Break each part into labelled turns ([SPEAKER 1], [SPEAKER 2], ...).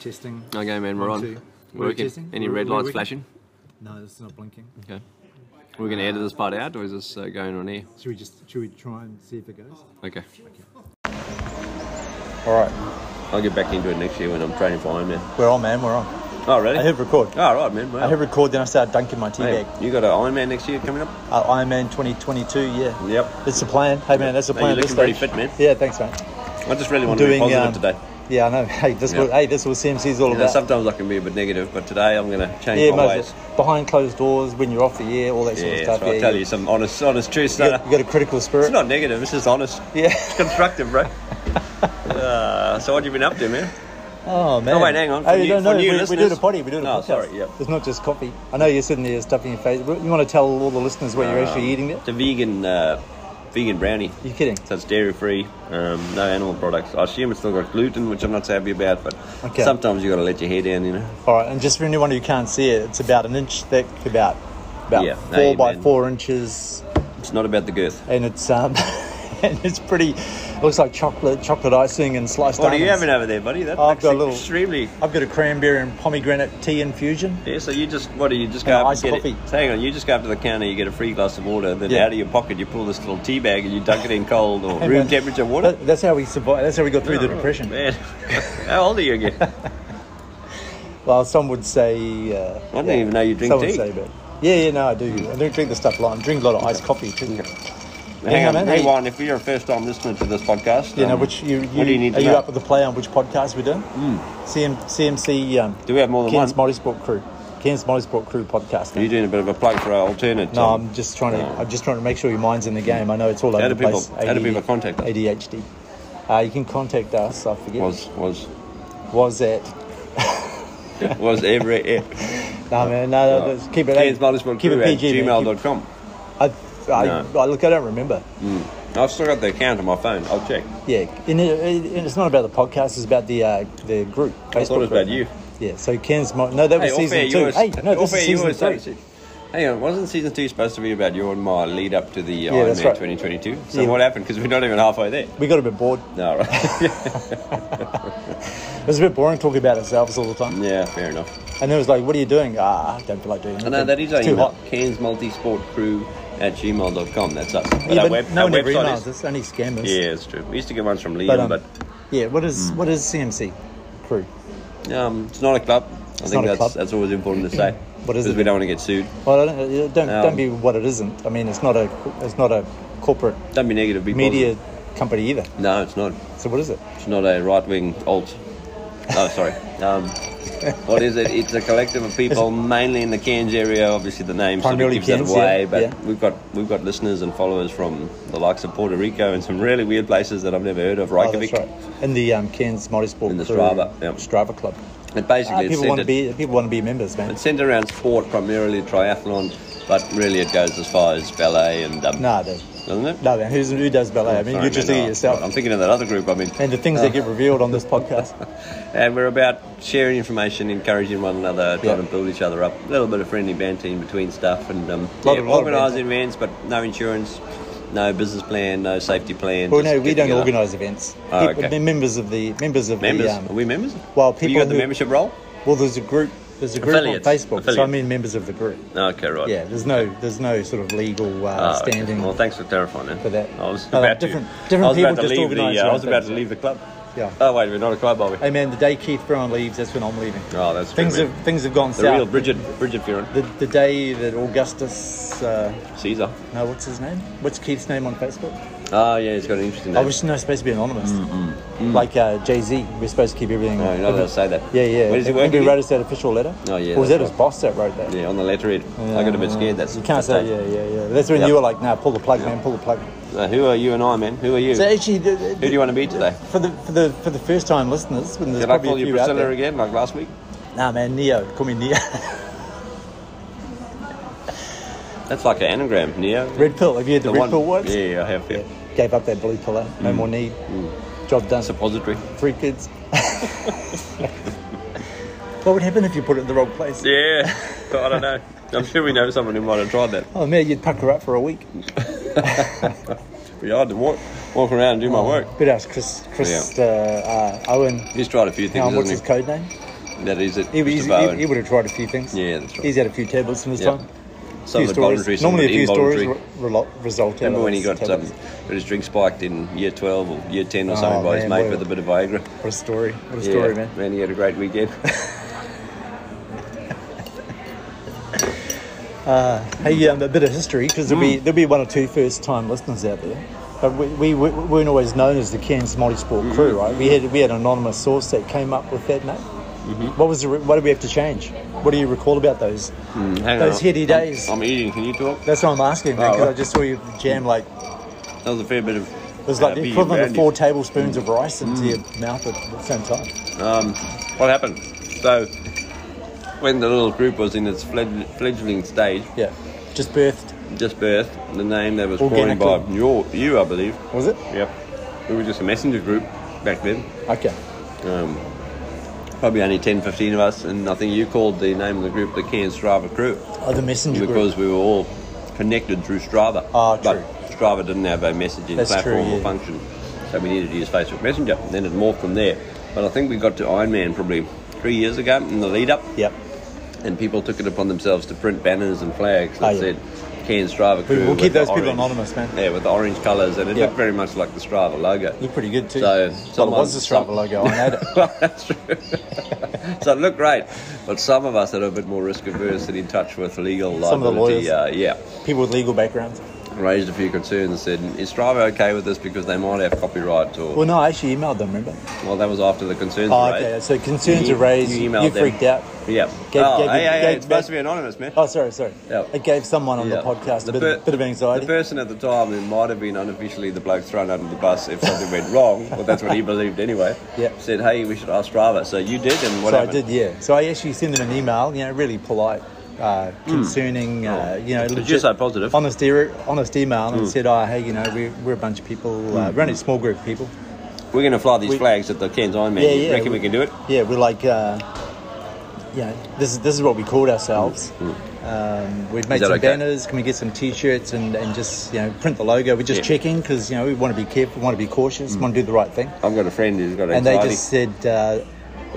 [SPEAKER 1] testing.
[SPEAKER 2] Okay, man, we're
[SPEAKER 1] One,
[SPEAKER 2] on.
[SPEAKER 1] two.
[SPEAKER 2] We're
[SPEAKER 1] We're
[SPEAKER 2] working.
[SPEAKER 1] testing?
[SPEAKER 2] Any
[SPEAKER 1] We're-
[SPEAKER 2] red
[SPEAKER 1] we're
[SPEAKER 2] lights
[SPEAKER 1] working?
[SPEAKER 2] flashing?
[SPEAKER 1] No, it's not blinking.
[SPEAKER 2] Okay. We're going to edit this part out, or is this uh, going on air?
[SPEAKER 1] Should we just should we try and see if it goes?
[SPEAKER 2] Okay.
[SPEAKER 3] All right,
[SPEAKER 2] I'll get back into it next year when I'm training for Ironman.
[SPEAKER 3] we're on, man. We're on.
[SPEAKER 2] Oh, really?
[SPEAKER 3] I hit record.
[SPEAKER 2] oh, right, man. Wow.
[SPEAKER 3] I hit record, then I started dunking my tea
[SPEAKER 2] Hey,
[SPEAKER 3] bag.
[SPEAKER 2] you got an Ironman next year coming up?
[SPEAKER 3] Uh, Ironman 2022. Yeah,
[SPEAKER 2] Yep.
[SPEAKER 3] it's the plan. Hey, man, that's the
[SPEAKER 2] Hey, you're
[SPEAKER 3] plan. at this
[SPEAKER 2] looking pretty
[SPEAKER 3] stage.
[SPEAKER 2] fit, man.
[SPEAKER 3] Yeah, thanks, man.
[SPEAKER 2] I just really want to be positive
[SPEAKER 3] um,
[SPEAKER 2] today.
[SPEAKER 3] Yeah, I know. Hey, this
[SPEAKER 2] Yeah.
[SPEAKER 3] will hey, this will CMC's all
[SPEAKER 2] You know,
[SPEAKER 3] about.
[SPEAKER 2] sometimes I can be a bit negative, but today I'm going to change
[SPEAKER 3] yeah,
[SPEAKER 2] my
[SPEAKER 3] Moses.
[SPEAKER 2] ways.
[SPEAKER 3] Behind closed doors, when you're off the air, all that sort
[SPEAKER 2] Yeah,
[SPEAKER 3] of
[SPEAKER 2] that's
[SPEAKER 3] stuff.
[SPEAKER 2] right.
[SPEAKER 3] yeah,
[SPEAKER 2] I tell
[SPEAKER 3] yeah.
[SPEAKER 2] you some honest, honest truth.
[SPEAKER 3] You
[SPEAKER 2] no,
[SPEAKER 3] got,
[SPEAKER 2] no.
[SPEAKER 3] you got a critical
[SPEAKER 2] It's
[SPEAKER 3] spirit.
[SPEAKER 2] not negative. It's just honest.
[SPEAKER 3] Yeah.
[SPEAKER 2] It's constructive, bro. uh, so what have you been up to, man?
[SPEAKER 3] Oh man.
[SPEAKER 2] wait, hang on. For
[SPEAKER 3] Hey,
[SPEAKER 2] new-
[SPEAKER 3] no, no,
[SPEAKER 2] for new
[SPEAKER 3] we, we do
[SPEAKER 2] listeners.
[SPEAKER 3] the potty. We do the
[SPEAKER 2] Oh,
[SPEAKER 3] podcast.
[SPEAKER 2] sorry, yeah.
[SPEAKER 3] It's not just coffee. I know you're sitting there stuffing your face. You want to tell all the listeners what you're actually eating there?
[SPEAKER 2] It's a vegan, uh, vegan brownie.
[SPEAKER 3] You're kidding.
[SPEAKER 2] So it's dairy free, um, no animal products. I assume it's still got gluten, which I'm not so happy about, but
[SPEAKER 3] Okay.
[SPEAKER 2] sometimes you got to let your hair down, you know.
[SPEAKER 3] All right, and just for anyone who can't see it, it's about an inch thick, about about
[SPEAKER 2] Yeah,
[SPEAKER 3] four
[SPEAKER 2] no, you
[SPEAKER 3] by
[SPEAKER 2] mean-
[SPEAKER 3] four inches,
[SPEAKER 2] It's not about the girth.
[SPEAKER 3] and it's um, and it's pretty. It looks like chocolate chocolate icing and sliced
[SPEAKER 2] What are you
[SPEAKER 3] almonds.
[SPEAKER 2] having over there, buddy? That
[SPEAKER 3] I've
[SPEAKER 2] looks
[SPEAKER 3] got a little-
[SPEAKER 2] extremely.
[SPEAKER 3] I've got a cranberry and pomegranate tea infusion.
[SPEAKER 2] Yeah, so you just what do you just
[SPEAKER 3] And
[SPEAKER 2] go up and
[SPEAKER 3] iced
[SPEAKER 2] get it?
[SPEAKER 3] coffee.
[SPEAKER 2] so Hang on, you just go up to the counter, you get a free glass of water, then
[SPEAKER 3] Yeah.
[SPEAKER 2] out of your pocket you pull this little tea bag and you dunk it in cold or
[SPEAKER 3] Hey,
[SPEAKER 2] room
[SPEAKER 3] man,
[SPEAKER 2] temperature water.
[SPEAKER 3] that- that's how we survived. That's how we got through the
[SPEAKER 2] Oh,
[SPEAKER 3] depression.
[SPEAKER 2] Man, how old are you again?
[SPEAKER 3] Well, some would say. Uh,
[SPEAKER 2] I didn't even know you drink
[SPEAKER 3] some
[SPEAKER 2] tea.
[SPEAKER 3] Would say, but yeah, yeah, no, I do. I do drink the stuff a lot. I drink a lot of iced coffee too.
[SPEAKER 2] Hang
[SPEAKER 3] Yeah,
[SPEAKER 2] on,
[SPEAKER 3] man,
[SPEAKER 2] hey,
[SPEAKER 3] hey.
[SPEAKER 2] Warren, if you're a first time listener to this podcast,
[SPEAKER 3] You know,
[SPEAKER 2] um,
[SPEAKER 3] which you, you,
[SPEAKER 2] what do you need
[SPEAKER 3] are
[SPEAKER 2] to
[SPEAKER 3] you
[SPEAKER 2] know? Hmm.
[SPEAKER 3] up with the play on which podcast we're doing? CM, CMC. Um,
[SPEAKER 2] Do we have more than
[SPEAKER 3] Ken's
[SPEAKER 2] one?
[SPEAKER 3] Motorsport Crew. Ken's Motorsport Crew podcast.
[SPEAKER 2] Are you doing a bit of a plug for our alternate?
[SPEAKER 3] No,
[SPEAKER 2] um,
[SPEAKER 3] I'm just trying to.
[SPEAKER 2] No.
[SPEAKER 3] I'm just trying to make sure your mind's in the game. I know it's all over
[SPEAKER 2] do
[SPEAKER 3] the
[SPEAKER 2] people-
[SPEAKER 3] place.
[SPEAKER 2] how do people contact us?
[SPEAKER 3] ADHD. Uh, you can contact us. I forget. Was,
[SPEAKER 2] was
[SPEAKER 3] was
[SPEAKER 2] was
[SPEAKER 3] at
[SPEAKER 2] was every eh,
[SPEAKER 3] no man no, no, just keep it
[SPEAKER 2] Ken's Motorsport
[SPEAKER 3] keep
[SPEAKER 2] Crew
[SPEAKER 3] it
[SPEAKER 2] at
[SPEAKER 3] PG man. Keep-
[SPEAKER 2] gmail.com.
[SPEAKER 3] I, I,
[SPEAKER 2] No.
[SPEAKER 3] I look I don't remember
[SPEAKER 2] I've still got the account on my phone. I'll check.
[SPEAKER 3] yeah and, it, it- and it's not about the podcast it's about the uh, the group
[SPEAKER 2] I thought it was
[SPEAKER 3] group.
[SPEAKER 2] about you.
[SPEAKER 3] yeah so Ken's Mo- no that was
[SPEAKER 2] all fair
[SPEAKER 3] season two
[SPEAKER 2] yours-
[SPEAKER 3] hey no
[SPEAKER 2] all
[SPEAKER 3] this
[SPEAKER 2] fair
[SPEAKER 3] is season
[SPEAKER 2] yours,
[SPEAKER 3] three
[SPEAKER 2] sorry. Hang on, wasn't season two supposed to be about you and my lead up to the uh, yeah, Iron
[SPEAKER 3] that's
[SPEAKER 2] Man
[SPEAKER 3] right.
[SPEAKER 2] 2022? So
[SPEAKER 3] Yeah.
[SPEAKER 2] what happened? Because we're not even halfway there.
[SPEAKER 3] we got a bit bored
[SPEAKER 2] No, right.
[SPEAKER 3] it was a bit boring talking about ourselves all the time
[SPEAKER 2] yeah, fair enough.
[SPEAKER 3] and it was like what are you doing ah I don't feel like doing
[SPEAKER 2] I
[SPEAKER 3] anything.
[SPEAKER 2] know that is our
[SPEAKER 3] it's too
[SPEAKER 2] email.
[SPEAKER 3] hot
[SPEAKER 2] Cairns Multisport Crew at gmail.com. That's us. But
[SPEAKER 3] yeah,
[SPEAKER 2] our
[SPEAKER 3] but
[SPEAKER 2] web-
[SPEAKER 3] no
[SPEAKER 2] our
[SPEAKER 3] one ever
[SPEAKER 2] website
[SPEAKER 3] emails
[SPEAKER 2] is-
[SPEAKER 3] us only scammers
[SPEAKER 2] Yeah, it's true. We used to get ones from Liam,
[SPEAKER 3] But,
[SPEAKER 2] but, Mm.
[SPEAKER 3] um, yeah, what is what is CMC crew?
[SPEAKER 2] um, it's not a club. I
[SPEAKER 3] not
[SPEAKER 2] think
[SPEAKER 3] a
[SPEAKER 2] that's,
[SPEAKER 3] club.
[SPEAKER 2] that's always important to say.
[SPEAKER 3] What is
[SPEAKER 2] Because
[SPEAKER 3] it
[SPEAKER 2] we
[SPEAKER 3] then?
[SPEAKER 2] don't want to get sued.
[SPEAKER 3] Well, I don't, don't
[SPEAKER 2] Um,
[SPEAKER 3] don't be what it isn't. I mean, it's not a it's not a corporate
[SPEAKER 2] Don't be negative. Be
[SPEAKER 3] media
[SPEAKER 2] positive.
[SPEAKER 3] company either.
[SPEAKER 2] No, it's not.
[SPEAKER 3] So what is it?
[SPEAKER 2] It's not a right wing alt. Oh, sorry. Um, what is it? It's a collective of people, mainly in the Cairns area. Obviously, the name sort of
[SPEAKER 3] Primarily
[SPEAKER 2] gives
[SPEAKER 3] Cairns,
[SPEAKER 2] it away.
[SPEAKER 3] yeah,
[SPEAKER 2] but
[SPEAKER 3] yeah.
[SPEAKER 2] we've got we've got listeners and followers from the likes of Puerto Rico and some really weird places that I've never heard of.
[SPEAKER 3] Oh,
[SPEAKER 2] Reykjavik.
[SPEAKER 3] that's right. In the um, Cairns Motorsport
[SPEAKER 2] In the
[SPEAKER 3] Crew
[SPEAKER 2] Strava, yeah.
[SPEAKER 3] Strava Club.
[SPEAKER 2] But
[SPEAKER 3] Ah,
[SPEAKER 2] basically, it's
[SPEAKER 3] people want to
[SPEAKER 2] centered,
[SPEAKER 3] be people want to be members, man.
[SPEAKER 2] it's centered around sport, primarily triathlon, but really it goes as far as ballet and um,
[SPEAKER 3] No, they,
[SPEAKER 2] doesn't it?
[SPEAKER 3] no, man. Who's, who does ballet? I mean,
[SPEAKER 2] Sorry,
[SPEAKER 3] you're just
[SPEAKER 2] man,
[SPEAKER 3] thinking
[SPEAKER 2] no,
[SPEAKER 3] yourself.
[SPEAKER 2] I'm Uh. thinking of that other group. I mean,
[SPEAKER 3] and the things that get revealed on this podcast.
[SPEAKER 2] And we're about sharing information, encouraging one another, trying
[SPEAKER 3] Yeah.
[SPEAKER 2] to build each other up. A little bit of friendly banter in between stuff, and um,
[SPEAKER 3] Lot
[SPEAKER 2] yeah,
[SPEAKER 3] of- lot of
[SPEAKER 2] organising events, but no insurance, no business plan, no safety plan.
[SPEAKER 3] Well,
[SPEAKER 2] just
[SPEAKER 3] no, we
[SPEAKER 2] get
[SPEAKER 3] don't
[SPEAKER 2] together.
[SPEAKER 3] organise events.
[SPEAKER 2] Oh,
[SPEAKER 3] People-
[SPEAKER 2] okay.
[SPEAKER 3] Members of the members of
[SPEAKER 2] Members,
[SPEAKER 3] the
[SPEAKER 2] are
[SPEAKER 3] um,
[SPEAKER 2] we members?
[SPEAKER 3] well,
[SPEAKER 2] you
[SPEAKER 3] people
[SPEAKER 2] got the
[SPEAKER 3] who-
[SPEAKER 2] membership role.
[SPEAKER 3] well, there's a group. There's a group
[SPEAKER 2] Affiliates.
[SPEAKER 3] on Facebook. So I
[SPEAKER 2] Affiliates.
[SPEAKER 3] mean, members of the group.
[SPEAKER 2] Okay, right.
[SPEAKER 3] Yeah, there's no there's no sort of legal
[SPEAKER 2] Ah,
[SPEAKER 3] uh,
[SPEAKER 2] okay.
[SPEAKER 3] standing.
[SPEAKER 2] Well, thanks for clarifying that.
[SPEAKER 3] for that.
[SPEAKER 2] I was
[SPEAKER 3] No, no,
[SPEAKER 2] about
[SPEAKER 3] different-
[SPEAKER 2] to.
[SPEAKER 3] different
[SPEAKER 2] I was
[SPEAKER 3] people
[SPEAKER 2] about to
[SPEAKER 3] just
[SPEAKER 2] leave the.
[SPEAKER 3] organise
[SPEAKER 2] Uh,
[SPEAKER 3] their
[SPEAKER 2] I was
[SPEAKER 3] own
[SPEAKER 2] about to
[SPEAKER 3] things.
[SPEAKER 2] leave the club.
[SPEAKER 3] Yeah.
[SPEAKER 2] Oh wait, we're not a club, are we?
[SPEAKER 3] Hey man, the day Keith Brown leaves, that's when I'm leaving.
[SPEAKER 2] Oh, that's
[SPEAKER 3] things
[SPEAKER 2] true,
[SPEAKER 3] have
[SPEAKER 2] man.
[SPEAKER 3] things have gone
[SPEAKER 2] The
[SPEAKER 3] south.
[SPEAKER 2] real Bridget, Bridget Fearon,
[SPEAKER 3] the, the day that Augustus, uh,
[SPEAKER 2] Caesar.
[SPEAKER 3] no, what's his name? What's Keith's name on Facebook?
[SPEAKER 2] Oh yeah, he's got an interesting name.
[SPEAKER 3] I was not supposed to be anonymous. Like uh, Jay Z, we're supposed to keep everything.
[SPEAKER 2] mm. Oh, you're not allowed to say that.
[SPEAKER 3] Yeah, yeah.
[SPEAKER 2] Where does he
[SPEAKER 3] And
[SPEAKER 2] work?
[SPEAKER 3] He
[SPEAKER 2] again?
[SPEAKER 3] wrote us that official letter.
[SPEAKER 2] Oh, yeah,
[SPEAKER 3] Or was
[SPEAKER 2] that's
[SPEAKER 3] that his
[SPEAKER 2] right.
[SPEAKER 3] boss that wrote that?
[SPEAKER 2] Yeah, on the letterhead. I got a bit scared. That's
[SPEAKER 3] you can't say.
[SPEAKER 2] that's-
[SPEAKER 3] Yeah, yeah, yeah. That's when
[SPEAKER 2] Yep.
[SPEAKER 3] you were like, "Nah, pull the plug, man, pull the plug."
[SPEAKER 2] So Uh, who are you and I, man? Who are you?
[SPEAKER 3] So actually, the, the,
[SPEAKER 2] Who do you want to be today?
[SPEAKER 3] for the for the for the first time listeners, when there's
[SPEAKER 2] Did I
[SPEAKER 3] probably
[SPEAKER 2] call
[SPEAKER 3] a
[SPEAKER 2] you
[SPEAKER 3] few out
[SPEAKER 2] Priscilla
[SPEAKER 3] there.
[SPEAKER 2] again, like last week?
[SPEAKER 3] Nah, man, Neo, call me Neo.
[SPEAKER 2] That's like an anagram, Neo.
[SPEAKER 3] Red pill. Have you had the, red pill once?
[SPEAKER 2] Yeah, Mm. I have. Yeah.
[SPEAKER 3] Yeah. Gave up that blue pill. eh? No more need. Job done.
[SPEAKER 2] Suppository.
[SPEAKER 3] Three kids. what would happen if you put it in the wrong place?
[SPEAKER 2] Yeah, I don't know. I'm sure we know someone who might have tried that.
[SPEAKER 3] Oh man, you'd pucker up for a week.
[SPEAKER 2] But yeah, I had to walk, walk around
[SPEAKER 3] Oh.
[SPEAKER 2] and do my work.
[SPEAKER 3] But ask Chris, Chris, uh, uh, Owen.
[SPEAKER 2] He's tried a few
[SPEAKER 3] Now,
[SPEAKER 2] things,
[SPEAKER 3] what's
[SPEAKER 2] hasn't
[SPEAKER 3] his
[SPEAKER 2] he?
[SPEAKER 3] code name?
[SPEAKER 2] That is it.
[SPEAKER 3] He,
[SPEAKER 2] Mr.
[SPEAKER 3] he's- he,
[SPEAKER 2] Bowen.
[SPEAKER 3] he would have tried a few things.
[SPEAKER 2] Yeah, that's right.
[SPEAKER 3] He's had a few tablets in his
[SPEAKER 2] Yeah.
[SPEAKER 3] time.
[SPEAKER 2] Some
[SPEAKER 3] few
[SPEAKER 2] involuntary,
[SPEAKER 3] stories.
[SPEAKER 2] some
[SPEAKER 3] Normally, a few
[SPEAKER 2] involuntary.
[SPEAKER 3] stories re- relo- result out
[SPEAKER 2] Remember
[SPEAKER 3] of
[SPEAKER 2] when he
[SPEAKER 3] those
[SPEAKER 2] got um,
[SPEAKER 3] tablets.
[SPEAKER 2] got his drink spiked in year 12 or year 10 or something
[SPEAKER 3] Oh,
[SPEAKER 2] by his
[SPEAKER 3] man, what
[SPEAKER 2] mate
[SPEAKER 3] a-
[SPEAKER 2] with a bit of Viagra?
[SPEAKER 3] What a story! What a story, man.
[SPEAKER 2] he had a great weekend.
[SPEAKER 3] Hey, um, a bit of history because there'll be
[SPEAKER 2] Mm.
[SPEAKER 3] there'll be one or two first time listeners out there. But we, we, we weren't always known as the Cairns Multisport
[SPEAKER 2] Mm-hmm.
[SPEAKER 3] Crew, right? We had we had an anonymous source that came up with that name.
[SPEAKER 2] Mm-hmm.
[SPEAKER 3] What was the, re- what did we have to change? What do you recall about those
[SPEAKER 2] Hang
[SPEAKER 3] those
[SPEAKER 2] on.
[SPEAKER 3] heady
[SPEAKER 2] I'm-
[SPEAKER 3] days?
[SPEAKER 2] I'm, eating. Can you talk?
[SPEAKER 3] That's what I'm asking, man,
[SPEAKER 2] Oh,
[SPEAKER 3] because I
[SPEAKER 2] right.
[SPEAKER 3] just saw you jam like
[SPEAKER 2] That was a fair bit of.
[SPEAKER 3] it was like
[SPEAKER 2] uh,
[SPEAKER 3] the
[SPEAKER 2] beer
[SPEAKER 3] equivalent of
[SPEAKER 2] brandy.
[SPEAKER 3] four tablespoons of rice into
[SPEAKER 2] Mm.
[SPEAKER 3] your mouth at the same time.
[SPEAKER 2] What happened? So, when the little group was in its fled- fledgling stage,
[SPEAKER 3] Yeah, just birthed.
[SPEAKER 2] just birth, the name that was coined by
[SPEAKER 3] Organically.
[SPEAKER 2] your, you, I believe.
[SPEAKER 3] Was it?
[SPEAKER 2] Yep. We were just a messenger group back then.
[SPEAKER 3] Okay.
[SPEAKER 2] Um, probably only 10, 15 of us, and I think you called the name of the group the Cairns Strava Crew.
[SPEAKER 3] Oh, the messenger group.
[SPEAKER 2] because we were all connected through Strava.
[SPEAKER 3] Ah,
[SPEAKER 2] but
[SPEAKER 3] true.
[SPEAKER 2] Strava didn't have a messaging
[SPEAKER 3] That's
[SPEAKER 2] platform
[SPEAKER 3] true, yeah.
[SPEAKER 2] or function, so we needed to use Facebook Messenger. And then it morphed from there. But I think we got to Ironman probably three years ago in the lead up,
[SPEAKER 3] Yep.
[SPEAKER 2] and people took it upon themselves to print banners and flags that
[SPEAKER 3] Oh, yeah.
[SPEAKER 2] said Cairns Strava
[SPEAKER 3] We-
[SPEAKER 2] Crew.
[SPEAKER 3] we'll
[SPEAKER 2] with
[SPEAKER 3] keep
[SPEAKER 2] the
[SPEAKER 3] those people
[SPEAKER 2] orange-
[SPEAKER 3] anonymous, man.
[SPEAKER 2] Yeah, with the orange colours, and it
[SPEAKER 3] Yeah.
[SPEAKER 2] looked very much like the Strava logo.
[SPEAKER 3] Looked pretty good too.
[SPEAKER 2] So,
[SPEAKER 3] well, it
[SPEAKER 2] someone-
[SPEAKER 3] was the Strava
[SPEAKER 2] some-
[SPEAKER 3] logo. I had it.
[SPEAKER 2] That's true. so it looked great, but some of us that are a bit more risk averse and in touch with legal
[SPEAKER 3] Some of the lawyers.
[SPEAKER 2] liability. Uh, yeah,
[SPEAKER 3] People with legal backgrounds.
[SPEAKER 2] raised a few concerns and said, "Is Strava okay with this because they might have copyright?" Or
[SPEAKER 3] Well, no, I actually emailed them. Remember?
[SPEAKER 2] well, that was after the concerns.
[SPEAKER 3] Oh,
[SPEAKER 2] were
[SPEAKER 3] okay.
[SPEAKER 2] raised.
[SPEAKER 3] So concerns
[SPEAKER 2] You-
[SPEAKER 3] are raised.
[SPEAKER 2] you
[SPEAKER 3] You,
[SPEAKER 2] emailed them.
[SPEAKER 3] freaked out.
[SPEAKER 2] Yeah.
[SPEAKER 3] Gave-
[SPEAKER 2] oh,
[SPEAKER 3] gave-
[SPEAKER 2] hey, hey, hey,
[SPEAKER 3] gave-
[SPEAKER 2] it's supposed to be anonymous, man.
[SPEAKER 3] Oh, sorry, sorry.
[SPEAKER 2] Yeah.
[SPEAKER 3] It gave someone on
[SPEAKER 2] Yeah.
[SPEAKER 3] the podcast a bit,
[SPEAKER 2] per-
[SPEAKER 3] bit of anxiety.
[SPEAKER 2] The person at the time who might have been unofficially the bloke thrown under the bus if something went wrong, well, that's what he believed anyway.
[SPEAKER 3] Yeah.
[SPEAKER 2] Said, hey, we should ask Strava. So you did, and what
[SPEAKER 3] so I
[SPEAKER 2] happened?
[SPEAKER 3] did, yeah. So I actually sent them an email. You know, really polite, uh, concerning. Uh, you know,
[SPEAKER 2] Hmm. Oh. Did you
[SPEAKER 3] legit-
[SPEAKER 2] say positive? Hmm.
[SPEAKER 3] Honest, e- honest email, and said, "Oh, hey, you know, we're, we're a bunch of people. Uh, we're only a small group of people.
[SPEAKER 2] We're going to fly these
[SPEAKER 3] We-
[SPEAKER 2] flags at the Cairns Ironman.
[SPEAKER 3] Yeah,
[SPEAKER 2] you
[SPEAKER 3] yeah,
[SPEAKER 2] reckon we,
[SPEAKER 3] we-
[SPEAKER 2] can do it?
[SPEAKER 3] Yeah, we're like, uh, you know, this is this is what we called ourselves. Um, we've made
[SPEAKER 2] Mm, that
[SPEAKER 3] some
[SPEAKER 2] okay?
[SPEAKER 3] banners. Can we get some T-shirts and, and just you know print the logo? We're just
[SPEAKER 2] Yeah. Mm.
[SPEAKER 3] checking because you know we want to be careful, want to be cautious, want to do the right thing.
[SPEAKER 2] I've got a friend who's got
[SPEAKER 3] And they
[SPEAKER 2] anxiety.
[SPEAKER 3] just said uh,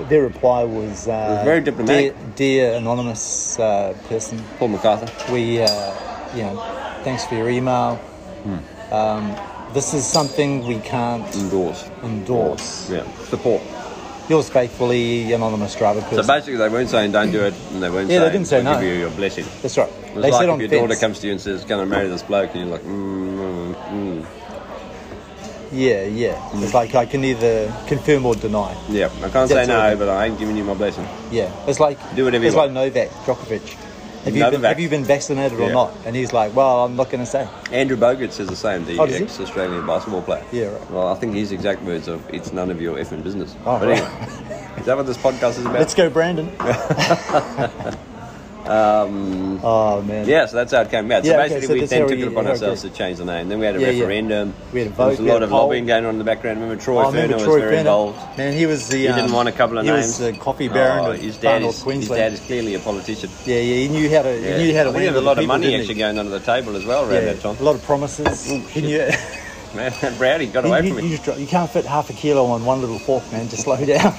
[SPEAKER 3] their reply was, uh,
[SPEAKER 2] very diplomatic.
[SPEAKER 3] Dear, dear anonymous uh, person,
[SPEAKER 2] Paul MacArthur.
[SPEAKER 3] we, uh, you know, thanks for your email.
[SPEAKER 2] Mm.
[SPEAKER 3] Um, this is something we can't
[SPEAKER 2] Indoors.
[SPEAKER 3] endorse.
[SPEAKER 2] Mm. Yeah. Support.
[SPEAKER 3] Yours faithfully, anonymous driver
[SPEAKER 2] So
[SPEAKER 3] person.
[SPEAKER 2] basically, they weren't saying don't do it, and they weren't
[SPEAKER 3] Yeah, they
[SPEAKER 2] saying
[SPEAKER 3] didn't say
[SPEAKER 2] "We'll
[SPEAKER 3] no."
[SPEAKER 2] give you your blessing.
[SPEAKER 3] That's right.
[SPEAKER 2] It's
[SPEAKER 3] They
[SPEAKER 2] like
[SPEAKER 3] said
[SPEAKER 2] if
[SPEAKER 3] on
[SPEAKER 2] your daughter
[SPEAKER 3] fence.
[SPEAKER 2] comes to you and says, "Going to marry this bloke," and you're like, mm, mm, mm.
[SPEAKER 3] yeah, yeah. It's like I can either confirm or deny.
[SPEAKER 2] "Yeah, I can't say
[SPEAKER 3] That's all
[SPEAKER 2] no,
[SPEAKER 3] right.
[SPEAKER 2] but I ain't giving you my blessing."
[SPEAKER 3] Yeah, it's like
[SPEAKER 2] Do whatever you
[SPEAKER 3] It's
[SPEAKER 2] want.
[SPEAKER 3] like Novak Djokovic. Have you, been,
[SPEAKER 2] Novak.
[SPEAKER 3] have you been vaccinated or
[SPEAKER 2] Yeah.
[SPEAKER 3] not? And he's like, well, I'm not going to say.
[SPEAKER 2] Andrew Bogut says the same, the
[SPEAKER 3] Oh, does he?
[SPEAKER 2] ex-Australian basketball player.
[SPEAKER 3] Yeah, right.
[SPEAKER 2] Well, I think his exact words of, "It's none of your effing business."
[SPEAKER 3] Oh,
[SPEAKER 2] but
[SPEAKER 3] right.
[SPEAKER 2] anyway, is that what this podcast is about?
[SPEAKER 3] Let's go, Brandon. oh man.
[SPEAKER 2] Um, Yeah, so that's how it came out.
[SPEAKER 3] Yeah,
[SPEAKER 2] so
[SPEAKER 3] okay,
[SPEAKER 2] basically,
[SPEAKER 3] so
[SPEAKER 2] we
[SPEAKER 3] that's
[SPEAKER 2] then
[SPEAKER 3] how
[SPEAKER 2] took
[SPEAKER 3] we-
[SPEAKER 2] it upon
[SPEAKER 3] how it
[SPEAKER 2] ourselves
[SPEAKER 3] goes.
[SPEAKER 2] to change the name. Then we had a
[SPEAKER 3] Yeah, yeah.
[SPEAKER 2] referendum.
[SPEAKER 3] We had a
[SPEAKER 2] There was a
[SPEAKER 3] vote, we
[SPEAKER 2] lot
[SPEAKER 3] had a
[SPEAKER 2] of
[SPEAKER 3] poll.
[SPEAKER 2] lobbying going on in the background. Remember Troy
[SPEAKER 3] Oh, I
[SPEAKER 2] Ferner
[SPEAKER 3] remember
[SPEAKER 2] was
[SPEAKER 3] Troy
[SPEAKER 2] very
[SPEAKER 3] Brenner.
[SPEAKER 2] involved.
[SPEAKER 3] Man, he was the. um,
[SPEAKER 2] He didn't want a couple of
[SPEAKER 3] he
[SPEAKER 2] names.
[SPEAKER 3] was the coffee baron
[SPEAKER 2] Oh,
[SPEAKER 3] of
[SPEAKER 2] his
[SPEAKER 3] Far
[SPEAKER 2] dad
[SPEAKER 3] North
[SPEAKER 2] is, his
[SPEAKER 3] Queensland.
[SPEAKER 2] dad is clearly a politician.
[SPEAKER 3] Yeah, yeah. He knew how to.
[SPEAKER 2] Yeah.
[SPEAKER 3] He knew how to.
[SPEAKER 2] I
[SPEAKER 3] win
[SPEAKER 2] think he had a
[SPEAKER 3] with
[SPEAKER 2] lot
[SPEAKER 3] the
[SPEAKER 2] of
[SPEAKER 3] people,
[SPEAKER 2] money
[SPEAKER 3] didn't
[SPEAKER 2] actually
[SPEAKER 3] he?
[SPEAKER 2] going under the table as well around that
[SPEAKER 3] Yeah,
[SPEAKER 2] time.
[SPEAKER 3] a lot of promises. he
[SPEAKER 2] shit.
[SPEAKER 3] knew.
[SPEAKER 2] Man, Browdy got away
[SPEAKER 3] he-
[SPEAKER 2] from
[SPEAKER 3] he- you,
[SPEAKER 2] me.
[SPEAKER 3] just dro- you can't fit half a kilo on one little fork, man. Just slow down.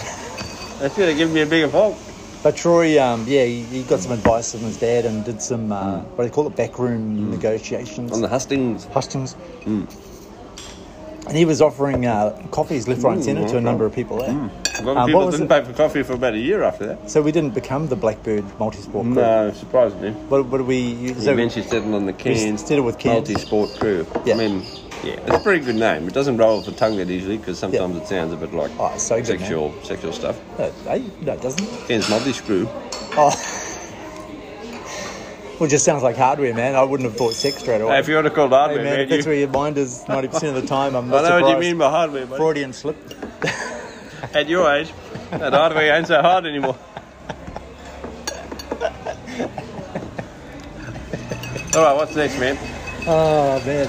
[SPEAKER 2] They should have given me a bigger fork.
[SPEAKER 3] But Troy, um, yeah, he, he got some advice from his dad and did some uh, what do they call it, backroom negotiations.
[SPEAKER 2] Mm. On the Mm. Hustings.
[SPEAKER 3] Hustings. And he was offering uh, coffees left, right, and centre to a
[SPEAKER 2] Mm, okay. Mm.
[SPEAKER 3] number of people there.
[SPEAKER 2] A
[SPEAKER 3] Um,
[SPEAKER 2] lot of
[SPEAKER 3] what
[SPEAKER 2] people
[SPEAKER 3] was
[SPEAKER 2] didn't
[SPEAKER 3] it?
[SPEAKER 2] pay for coffee for about a year after that.
[SPEAKER 3] So we didn't become the Blackbird multisport group.
[SPEAKER 2] No, surprisingly.
[SPEAKER 3] What, what do we use?
[SPEAKER 2] So eventually settled on the Cairns
[SPEAKER 3] settled with Cairns.
[SPEAKER 2] multi-sport crew.
[SPEAKER 3] Yeah.
[SPEAKER 2] I mean, yeah, it's a pretty good name. It doesn't roll off the tongue that easily because sometimes it sounds a bit like
[SPEAKER 3] Oh, it's so good, man.
[SPEAKER 2] sexual sexual stuff.
[SPEAKER 3] No, eh? no, it doesn't.
[SPEAKER 2] Cairns multi-screw.
[SPEAKER 3] Oh. well, it just sounds like hardware, man. I wouldn't have thought sex straight away.
[SPEAKER 2] Hey, if you want to call hardware,
[SPEAKER 3] Hey, man, if
[SPEAKER 2] man,
[SPEAKER 3] that's
[SPEAKER 2] you,
[SPEAKER 3] where your mind is 90% of the time, I'm
[SPEAKER 2] I know
[SPEAKER 3] not
[SPEAKER 2] what you
[SPEAKER 3] surprised.
[SPEAKER 2] mean by hardware, buddy.
[SPEAKER 3] Freudian slip.
[SPEAKER 2] At your age, that hardware ain't so hard anymore. All right, what's next, man?
[SPEAKER 3] Oh, man.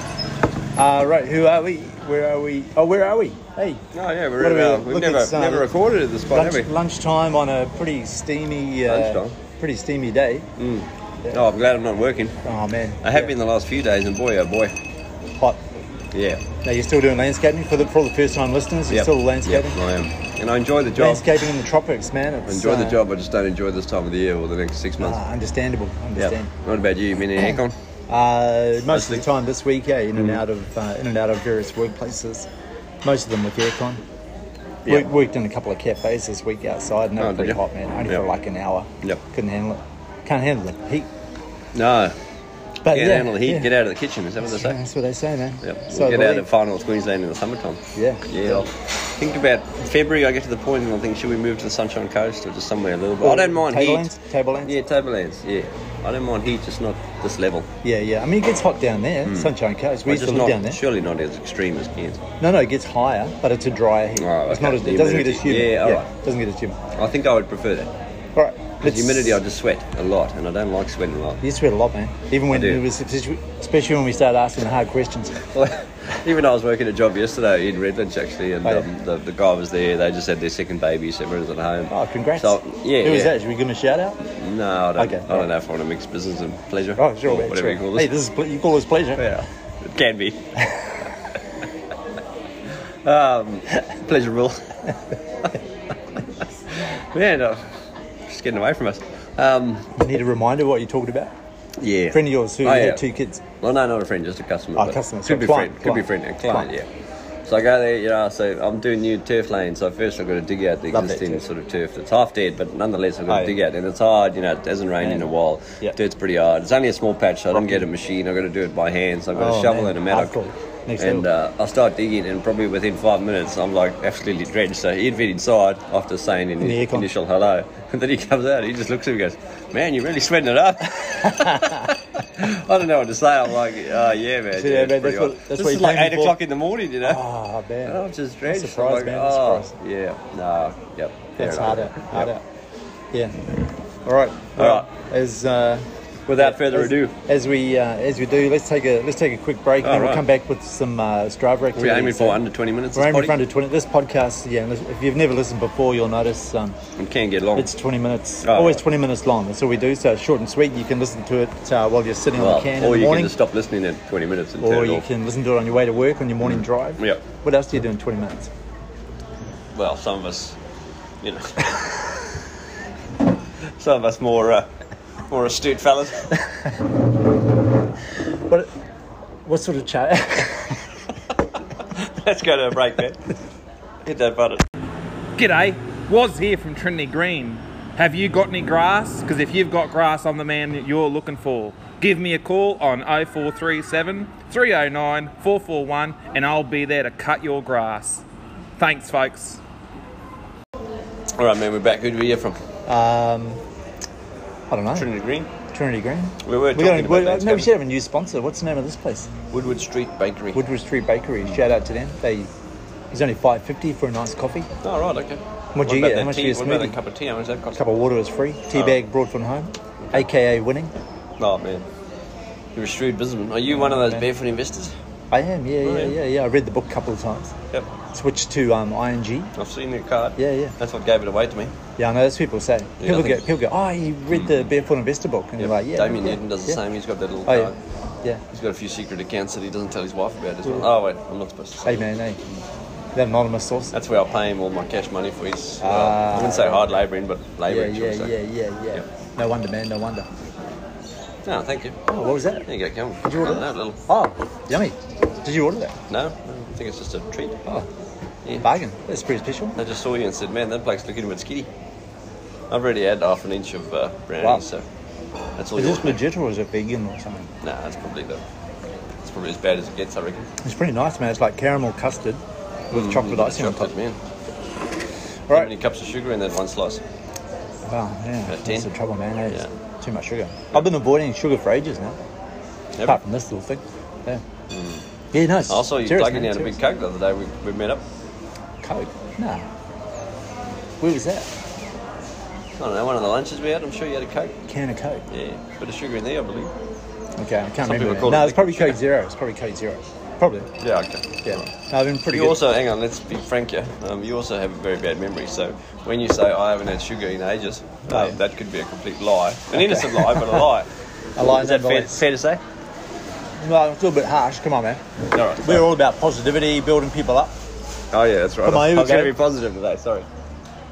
[SPEAKER 3] Uh, right, who are we? Where are we? Oh, where are we? Hey.
[SPEAKER 2] Oh yeah, we're
[SPEAKER 3] What do we-
[SPEAKER 2] uh, we've
[SPEAKER 3] look,
[SPEAKER 2] never
[SPEAKER 3] it's, uh,
[SPEAKER 2] never recorded at this spot,
[SPEAKER 3] Lunch,
[SPEAKER 2] have we?
[SPEAKER 3] lunchtime on a pretty steamy, uh,
[SPEAKER 2] Lunchtime.
[SPEAKER 3] pretty steamy day.
[SPEAKER 2] Oh, I'm glad I'm not working.
[SPEAKER 3] Oh man,
[SPEAKER 2] I have been the last few days, and boy, oh boy,
[SPEAKER 3] hot.
[SPEAKER 2] Yeah.
[SPEAKER 3] Now you're still doing landscaping for the for the first time listeners. You're
[SPEAKER 2] Yep.
[SPEAKER 3] still landscaping.
[SPEAKER 2] Yep, I am. And I enjoy the job.
[SPEAKER 3] Landscaping in the tropics, man.
[SPEAKER 2] I
[SPEAKER 3] It's,
[SPEAKER 2] enjoy the
[SPEAKER 3] uh,
[SPEAKER 2] job. I just don't enjoy this time of the year or the next six months.
[SPEAKER 3] Ah, understandable.
[SPEAKER 2] yeah.
[SPEAKER 3] Understand.
[SPEAKER 2] What about you? You been in aircon?
[SPEAKER 3] Uh, most of
[SPEAKER 2] Mostly.
[SPEAKER 3] the time this week, yeah, in and
[SPEAKER 2] Mm.
[SPEAKER 3] out of uh, in and out of various workplaces. Most of them with aircon.
[SPEAKER 2] Yeah.
[SPEAKER 3] Work, worked in a couple of cafes this week outside, and they
[SPEAKER 2] Oh,
[SPEAKER 3] were
[SPEAKER 2] did
[SPEAKER 3] pretty
[SPEAKER 2] ya?
[SPEAKER 3] hot, man. Only
[SPEAKER 2] Yeah.
[SPEAKER 3] for like an hour.
[SPEAKER 2] Yep.
[SPEAKER 3] Couldn't handle it. Can't handle the heat.
[SPEAKER 2] No.
[SPEAKER 3] But
[SPEAKER 2] Get
[SPEAKER 3] Oh, yeah,
[SPEAKER 2] out of the heat.
[SPEAKER 3] yeah.
[SPEAKER 2] Get out of the kitchen. Is that what they
[SPEAKER 3] That's,
[SPEAKER 2] say?
[SPEAKER 3] what they say, man.
[SPEAKER 2] Yep.
[SPEAKER 3] So I
[SPEAKER 2] get out
[SPEAKER 3] believe-
[SPEAKER 2] of far north Queensland in the summertime.
[SPEAKER 3] Yeah.
[SPEAKER 2] Yeah. I think about February. I get to the point and I think, should we move to the Sunshine Coast or just somewhere a little bit? I don't mind
[SPEAKER 3] Tablelands?
[SPEAKER 2] heat.
[SPEAKER 3] Tablelands?
[SPEAKER 2] Yeah, tablelands. Yeah. I don't mind heat, just not this level.
[SPEAKER 3] Yeah, yeah. I mean, it gets hot down there, Sunshine Coast. We
[SPEAKER 2] But
[SPEAKER 3] used to
[SPEAKER 2] Mm. just
[SPEAKER 3] live
[SPEAKER 2] not,
[SPEAKER 3] down there.
[SPEAKER 2] surely not as extreme as Cairns.
[SPEAKER 3] No, no, it gets higher, but it's a drier heat.
[SPEAKER 2] Oh,
[SPEAKER 3] it's
[SPEAKER 2] okay.
[SPEAKER 3] not as, it doesn't get as
[SPEAKER 2] Humidity.
[SPEAKER 3] humid.
[SPEAKER 2] Yeah, all right.
[SPEAKER 3] It doesn't get as humid. All
[SPEAKER 2] I think I would prefer that.
[SPEAKER 3] right.
[SPEAKER 2] Because
[SPEAKER 3] let's-
[SPEAKER 2] humidity, I just sweat a lot, and I don't like sweating a lot.
[SPEAKER 3] You sweat a lot, man. Even when
[SPEAKER 2] do.
[SPEAKER 3] it was, especially when we start asking the hard questions.
[SPEAKER 2] Well, Even I was working a job yesterday in Redlands actually, and
[SPEAKER 3] Oh, yeah.
[SPEAKER 2] um, the, the guy was there. They just had their second baby, so everyone's at home.
[SPEAKER 3] Oh, congrats.
[SPEAKER 2] So, yeah,
[SPEAKER 3] Who was
[SPEAKER 2] yeah.
[SPEAKER 3] that? Should we give him a shout out?
[SPEAKER 2] No, I don't,
[SPEAKER 3] Okay,
[SPEAKER 2] I don't know if I want to mix business and pleasure.
[SPEAKER 3] Oh, sure.
[SPEAKER 2] or
[SPEAKER 3] man,
[SPEAKER 2] whatever
[SPEAKER 3] sure.
[SPEAKER 2] you call
[SPEAKER 3] Hey,
[SPEAKER 2] this.
[SPEAKER 3] this is ple- you call this pleasure.
[SPEAKER 2] yeah, it can be. um, pleasurable. Man, uh, just getting away from us. Um,
[SPEAKER 3] You need a reminder of what you talked about.
[SPEAKER 2] yeah,
[SPEAKER 3] Friend of yours who
[SPEAKER 2] Oh,
[SPEAKER 3] had
[SPEAKER 2] yeah.
[SPEAKER 3] two kids.
[SPEAKER 2] Well, no, not a friend, just a customer.
[SPEAKER 3] Oh,
[SPEAKER 2] but
[SPEAKER 3] customer, sorry,
[SPEAKER 2] Could be
[SPEAKER 3] client,
[SPEAKER 2] friend. Could be
[SPEAKER 3] client.
[SPEAKER 2] friend. A client, yeah. So I go there, you know. So I'm doing new turf lane. So first I've got to dig out the
[SPEAKER 3] Love that
[SPEAKER 2] existing
[SPEAKER 3] turf.
[SPEAKER 2] sort of turf that's half dead, but nonetheless I've got
[SPEAKER 3] Oh,
[SPEAKER 2] to dig
[SPEAKER 3] yeah.
[SPEAKER 2] out, and it's hard. You know, it hasn't rained in a while.
[SPEAKER 3] Yeah.
[SPEAKER 2] Dirt's pretty hard. It's only a small patch, so I don't get a machine. I've got to do it by hand. So I've got
[SPEAKER 3] Oh,
[SPEAKER 2] a shovel
[SPEAKER 3] man,
[SPEAKER 2] and a
[SPEAKER 3] hardcore.
[SPEAKER 2] mattock.
[SPEAKER 3] Next
[SPEAKER 2] and
[SPEAKER 3] level.
[SPEAKER 2] uh, I start digging, and probably within five minutes, I'm like absolutely drenched. So he'd been inside after saying in
[SPEAKER 3] In the
[SPEAKER 2] his
[SPEAKER 3] aircon.
[SPEAKER 2] initial hello, and then he comes out. He just looks at me, and goes, "Man, you're really sweating it up." I don't know what to say. I'm like, oh, yeah, man.
[SPEAKER 3] So, yeah, man,
[SPEAKER 2] yeah, it's
[SPEAKER 3] that's
[SPEAKER 2] pretty
[SPEAKER 3] what-
[SPEAKER 2] hot.
[SPEAKER 3] that's
[SPEAKER 2] this
[SPEAKER 3] what
[SPEAKER 2] is
[SPEAKER 3] you
[SPEAKER 2] like
[SPEAKER 3] came
[SPEAKER 2] 8
[SPEAKER 3] for.
[SPEAKER 2] o'clock in the morning, you know?
[SPEAKER 3] Ah, man.
[SPEAKER 2] and I'm just drenched. I'm
[SPEAKER 3] surprised,
[SPEAKER 2] like,
[SPEAKER 3] man, I'm
[SPEAKER 2] Oh,
[SPEAKER 3] surprised.
[SPEAKER 2] yeah, no, yep. fair
[SPEAKER 3] That's
[SPEAKER 2] enough.
[SPEAKER 3] hard out. Hard out. Yeah. All right.
[SPEAKER 2] All
[SPEAKER 3] well,
[SPEAKER 2] right.
[SPEAKER 3] As uh,
[SPEAKER 2] Without further
[SPEAKER 3] as-
[SPEAKER 2] ado.
[SPEAKER 3] as we uh, as we do, let's take a let's take a quick break, and
[SPEAKER 2] All
[SPEAKER 3] then we'll
[SPEAKER 2] right.
[SPEAKER 3] come back with some uh, Strava activities.
[SPEAKER 2] We're aiming for under 20 minutes.
[SPEAKER 3] We're
[SPEAKER 2] this
[SPEAKER 3] aiming for
[SPEAKER 2] potty?
[SPEAKER 3] under twenty. This podcast, yeah, if you've never listened before, you'll notice um,
[SPEAKER 2] It can get long.
[SPEAKER 3] it's twenty minutes.
[SPEAKER 2] Oh,
[SPEAKER 3] always
[SPEAKER 2] right.
[SPEAKER 3] twenty minutes long. That's all we do. So it's short and sweet. You can listen to it uh, while you're sitting on
[SPEAKER 2] well,
[SPEAKER 3] the can in
[SPEAKER 2] or
[SPEAKER 3] the
[SPEAKER 2] you
[SPEAKER 3] morning,
[SPEAKER 2] can just stop listening at 20 minutes and
[SPEAKER 3] or
[SPEAKER 2] turn it
[SPEAKER 3] you
[SPEAKER 2] off. Mm.
[SPEAKER 3] can listen to it on your way to work on your morning drive.
[SPEAKER 2] Yep.
[SPEAKER 3] What else do you do in twenty minutes?
[SPEAKER 2] Well, some of us, you know. some of us more, uh, more astute fellas.
[SPEAKER 3] What what sort of chat?
[SPEAKER 2] Let's go to a break, man. Hit that button.
[SPEAKER 4] G'day, was here from Trinity Green. Have you got any grass? Because if you've got grass, I'm the man that you're looking for. Give me a call on 0437 309 441 and I'll be there to cut your grass. Thanks, folks.
[SPEAKER 2] All right, man, we're back. Who do we hear from?
[SPEAKER 3] um, I don't know.
[SPEAKER 2] Trinity Green.
[SPEAKER 3] Trinity Green.
[SPEAKER 2] We were
[SPEAKER 3] We
[SPEAKER 2] talking
[SPEAKER 3] got,
[SPEAKER 2] about
[SPEAKER 3] we,
[SPEAKER 2] that,
[SPEAKER 3] no, we
[SPEAKER 2] Scott.
[SPEAKER 3] should have a new sponsor. What's the name of this place?
[SPEAKER 2] Woodward Street Bakery.
[SPEAKER 3] Woodward Street Bakery. Shout out to them. They, it's only five fifty for a nice coffee.
[SPEAKER 2] Oh, right, okay.
[SPEAKER 3] What do you
[SPEAKER 2] about
[SPEAKER 3] get?
[SPEAKER 2] that
[SPEAKER 3] How much
[SPEAKER 2] tea?
[SPEAKER 3] do you get
[SPEAKER 2] What about
[SPEAKER 3] smoothie?
[SPEAKER 2] that cup of tea? How much does that cost?
[SPEAKER 3] Cup of water is free. Tea bag brought from home, aka winning.
[SPEAKER 2] Oh, man. You're a shrewd businessman. Are you one of those barefoot investors?
[SPEAKER 3] I am. Yeah, yeah,
[SPEAKER 2] Oh, yeah.
[SPEAKER 3] yeah, yeah. I read the book a couple of times.
[SPEAKER 2] Yep.
[SPEAKER 3] Switched to um, ING.
[SPEAKER 2] I've seen your card.
[SPEAKER 3] Yeah, yeah.
[SPEAKER 2] That's what gave it away to me.
[SPEAKER 3] Yeah, I know that's what people say.
[SPEAKER 2] Yeah,
[SPEAKER 3] people
[SPEAKER 2] I
[SPEAKER 3] go,
[SPEAKER 2] think- Mm.
[SPEAKER 3] people go, oh, you read the Barefoot Investor book, and you're like, yeah.
[SPEAKER 2] Damien
[SPEAKER 3] yeah,
[SPEAKER 2] Newton does the
[SPEAKER 3] yeah.
[SPEAKER 2] same. Uh, He's got that little
[SPEAKER 3] Oh
[SPEAKER 2] card.
[SPEAKER 3] yeah, yeah.
[SPEAKER 2] He's got a few secret accounts that he doesn't tell his wife about as well. Oh, wait, I'm not supposed to say.
[SPEAKER 3] Hey man, hey, that anonymous source.
[SPEAKER 2] That's where I pay him all my cash money for his. Uh,
[SPEAKER 3] Ah.
[SPEAKER 2] I wouldn't say hard labouring, but
[SPEAKER 3] yeah,
[SPEAKER 2] labouring.
[SPEAKER 3] yeah,
[SPEAKER 2] shall
[SPEAKER 3] yeah,
[SPEAKER 2] we
[SPEAKER 3] yeah,
[SPEAKER 2] say.
[SPEAKER 3] yeah,
[SPEAKER 2] Yeah.
[SPEAKER 3] No wonder, man. No wonder.
[SPEAKER 2] No, thank you.
[SPEAKER 3] Oh, what was that?
[SPEAKER 2] There you go, come on.
[SPEAKER 3] Did you order
[SPEAKER 2] No,
[SPEAKER 3] that?
[SPEAKER 2] no, little.
[SPEAKER 3] Oh, yummy. Did you order that?
[SPEAKER 2] No, no, I think it's just a treat.
[SPEAKER 3] Oh,
[SPEAKER 2] Yeah.
[SPEAKER 3] bargain. That's pretty special.
[SPEAKER 2] I just saw you and said, man, that bloke's looking a bit skinny. I've already had half an inch of uh, brownie,
[SPEAKER 3] Wow.
[SPEAKER 2] so that's all
[SPEAKER 3] Is
[SPEAKER 2] yours.
[SPEAKER 3] this legit or is it vegan or something?
[SPEAKER 2] No, that's probably the. It's probably as bad as it gets, I reckon.
[SPEAKER 3] It's pretty nice, man. It's like caramel custard with chocolate icing on top.
[SPEAKER 2] Chocolate, man. How many
[SPEAKER 3] Right.
[SPEAKER 2] cups of sugar in that one slice?
[SPEAKER 3] Wow, yeah.
[SPEAKER 2] About
[SPEAKER 3] That's
[SPEAKER 2] 10.
[SPEAKER 3] the trouble, man. eh? It's
[SPEAKER 2] Yeah.
[SPEAKER 3] Too much sugar. I've been avoiding sugar for ages now, apart
[SPEAKER 2] Never.
[SPEAKER 3] from this little thing. Yeah. Yeah, no. it's
[SPEAKER 2] I saw you
[SPEAKER 3] serious,
[SPEAKER 2] plugging
[SPEAKER 3] man,
[SPEAKER 2] down a big
[SPEAKER 3] serious.
[SPEAKER 2] coke the other day. We, we met up.
[SPEAKER 3] Coke. Nah. Where was that?
[SPEAKER 2] I don't know, one of the lunches we had, I'm sure you had a coke.
[SPEAKER 3] Can of Coke.
[SPEAKER 2] Yeah, bit of sugar in there, I believe.
[SPEAKER 3] Okay, I can't
[SPEAKER 2] Some people
[SPEAKER 3] remember.
[SPEAKER 2] call
[SPEAKER 3] man. No,
[SPEAKER 2] it
[SPEAKER 3] it's probably
[SPEAKER 2] liquid
[SPEAKER 3] Coke Zero. It's probably Coke Zero. Probably.
[SPEAKER 2] Yeah, okay.
[SPEAKER 3] Yeah. No, I've been pretty
[SPEAKER 2] You
[SPEAKER 3] good.
[SPEAKER 2] also, hang on, let's be frank here. Um, you also have a very bad memory, so when you say I haven't had sugar in ages,
[SPEAKER 3] Oh,
[SPEAKER 2] uh,
[SPEAKER 3] yeah.
[SPEAKER 2] that could be a complete lie. An innocent lie, but a lie.
[SPEAKER 3] A lie
[SPEAKER 2] Is that fair,
[SPEAKER 3] nonetheless.
[SPEAKER 2] fair to say?
[SPEAKER 3] Well, it's a little bit harsh. Come on, man.
[SPEAKER 2] All right.
[SPEAKER 3] We're all about positivity, building people up.
[SPEAKER 2] Oh yeah, that's right.
[SPEAKER 3] Come on,
[SPEAKER 2] I'm
[SPEAKER 3] here we
[SPEAKER 2] going
[SPEAKER 3] go.
[SPEAKER 2] to be positive today. Sorry.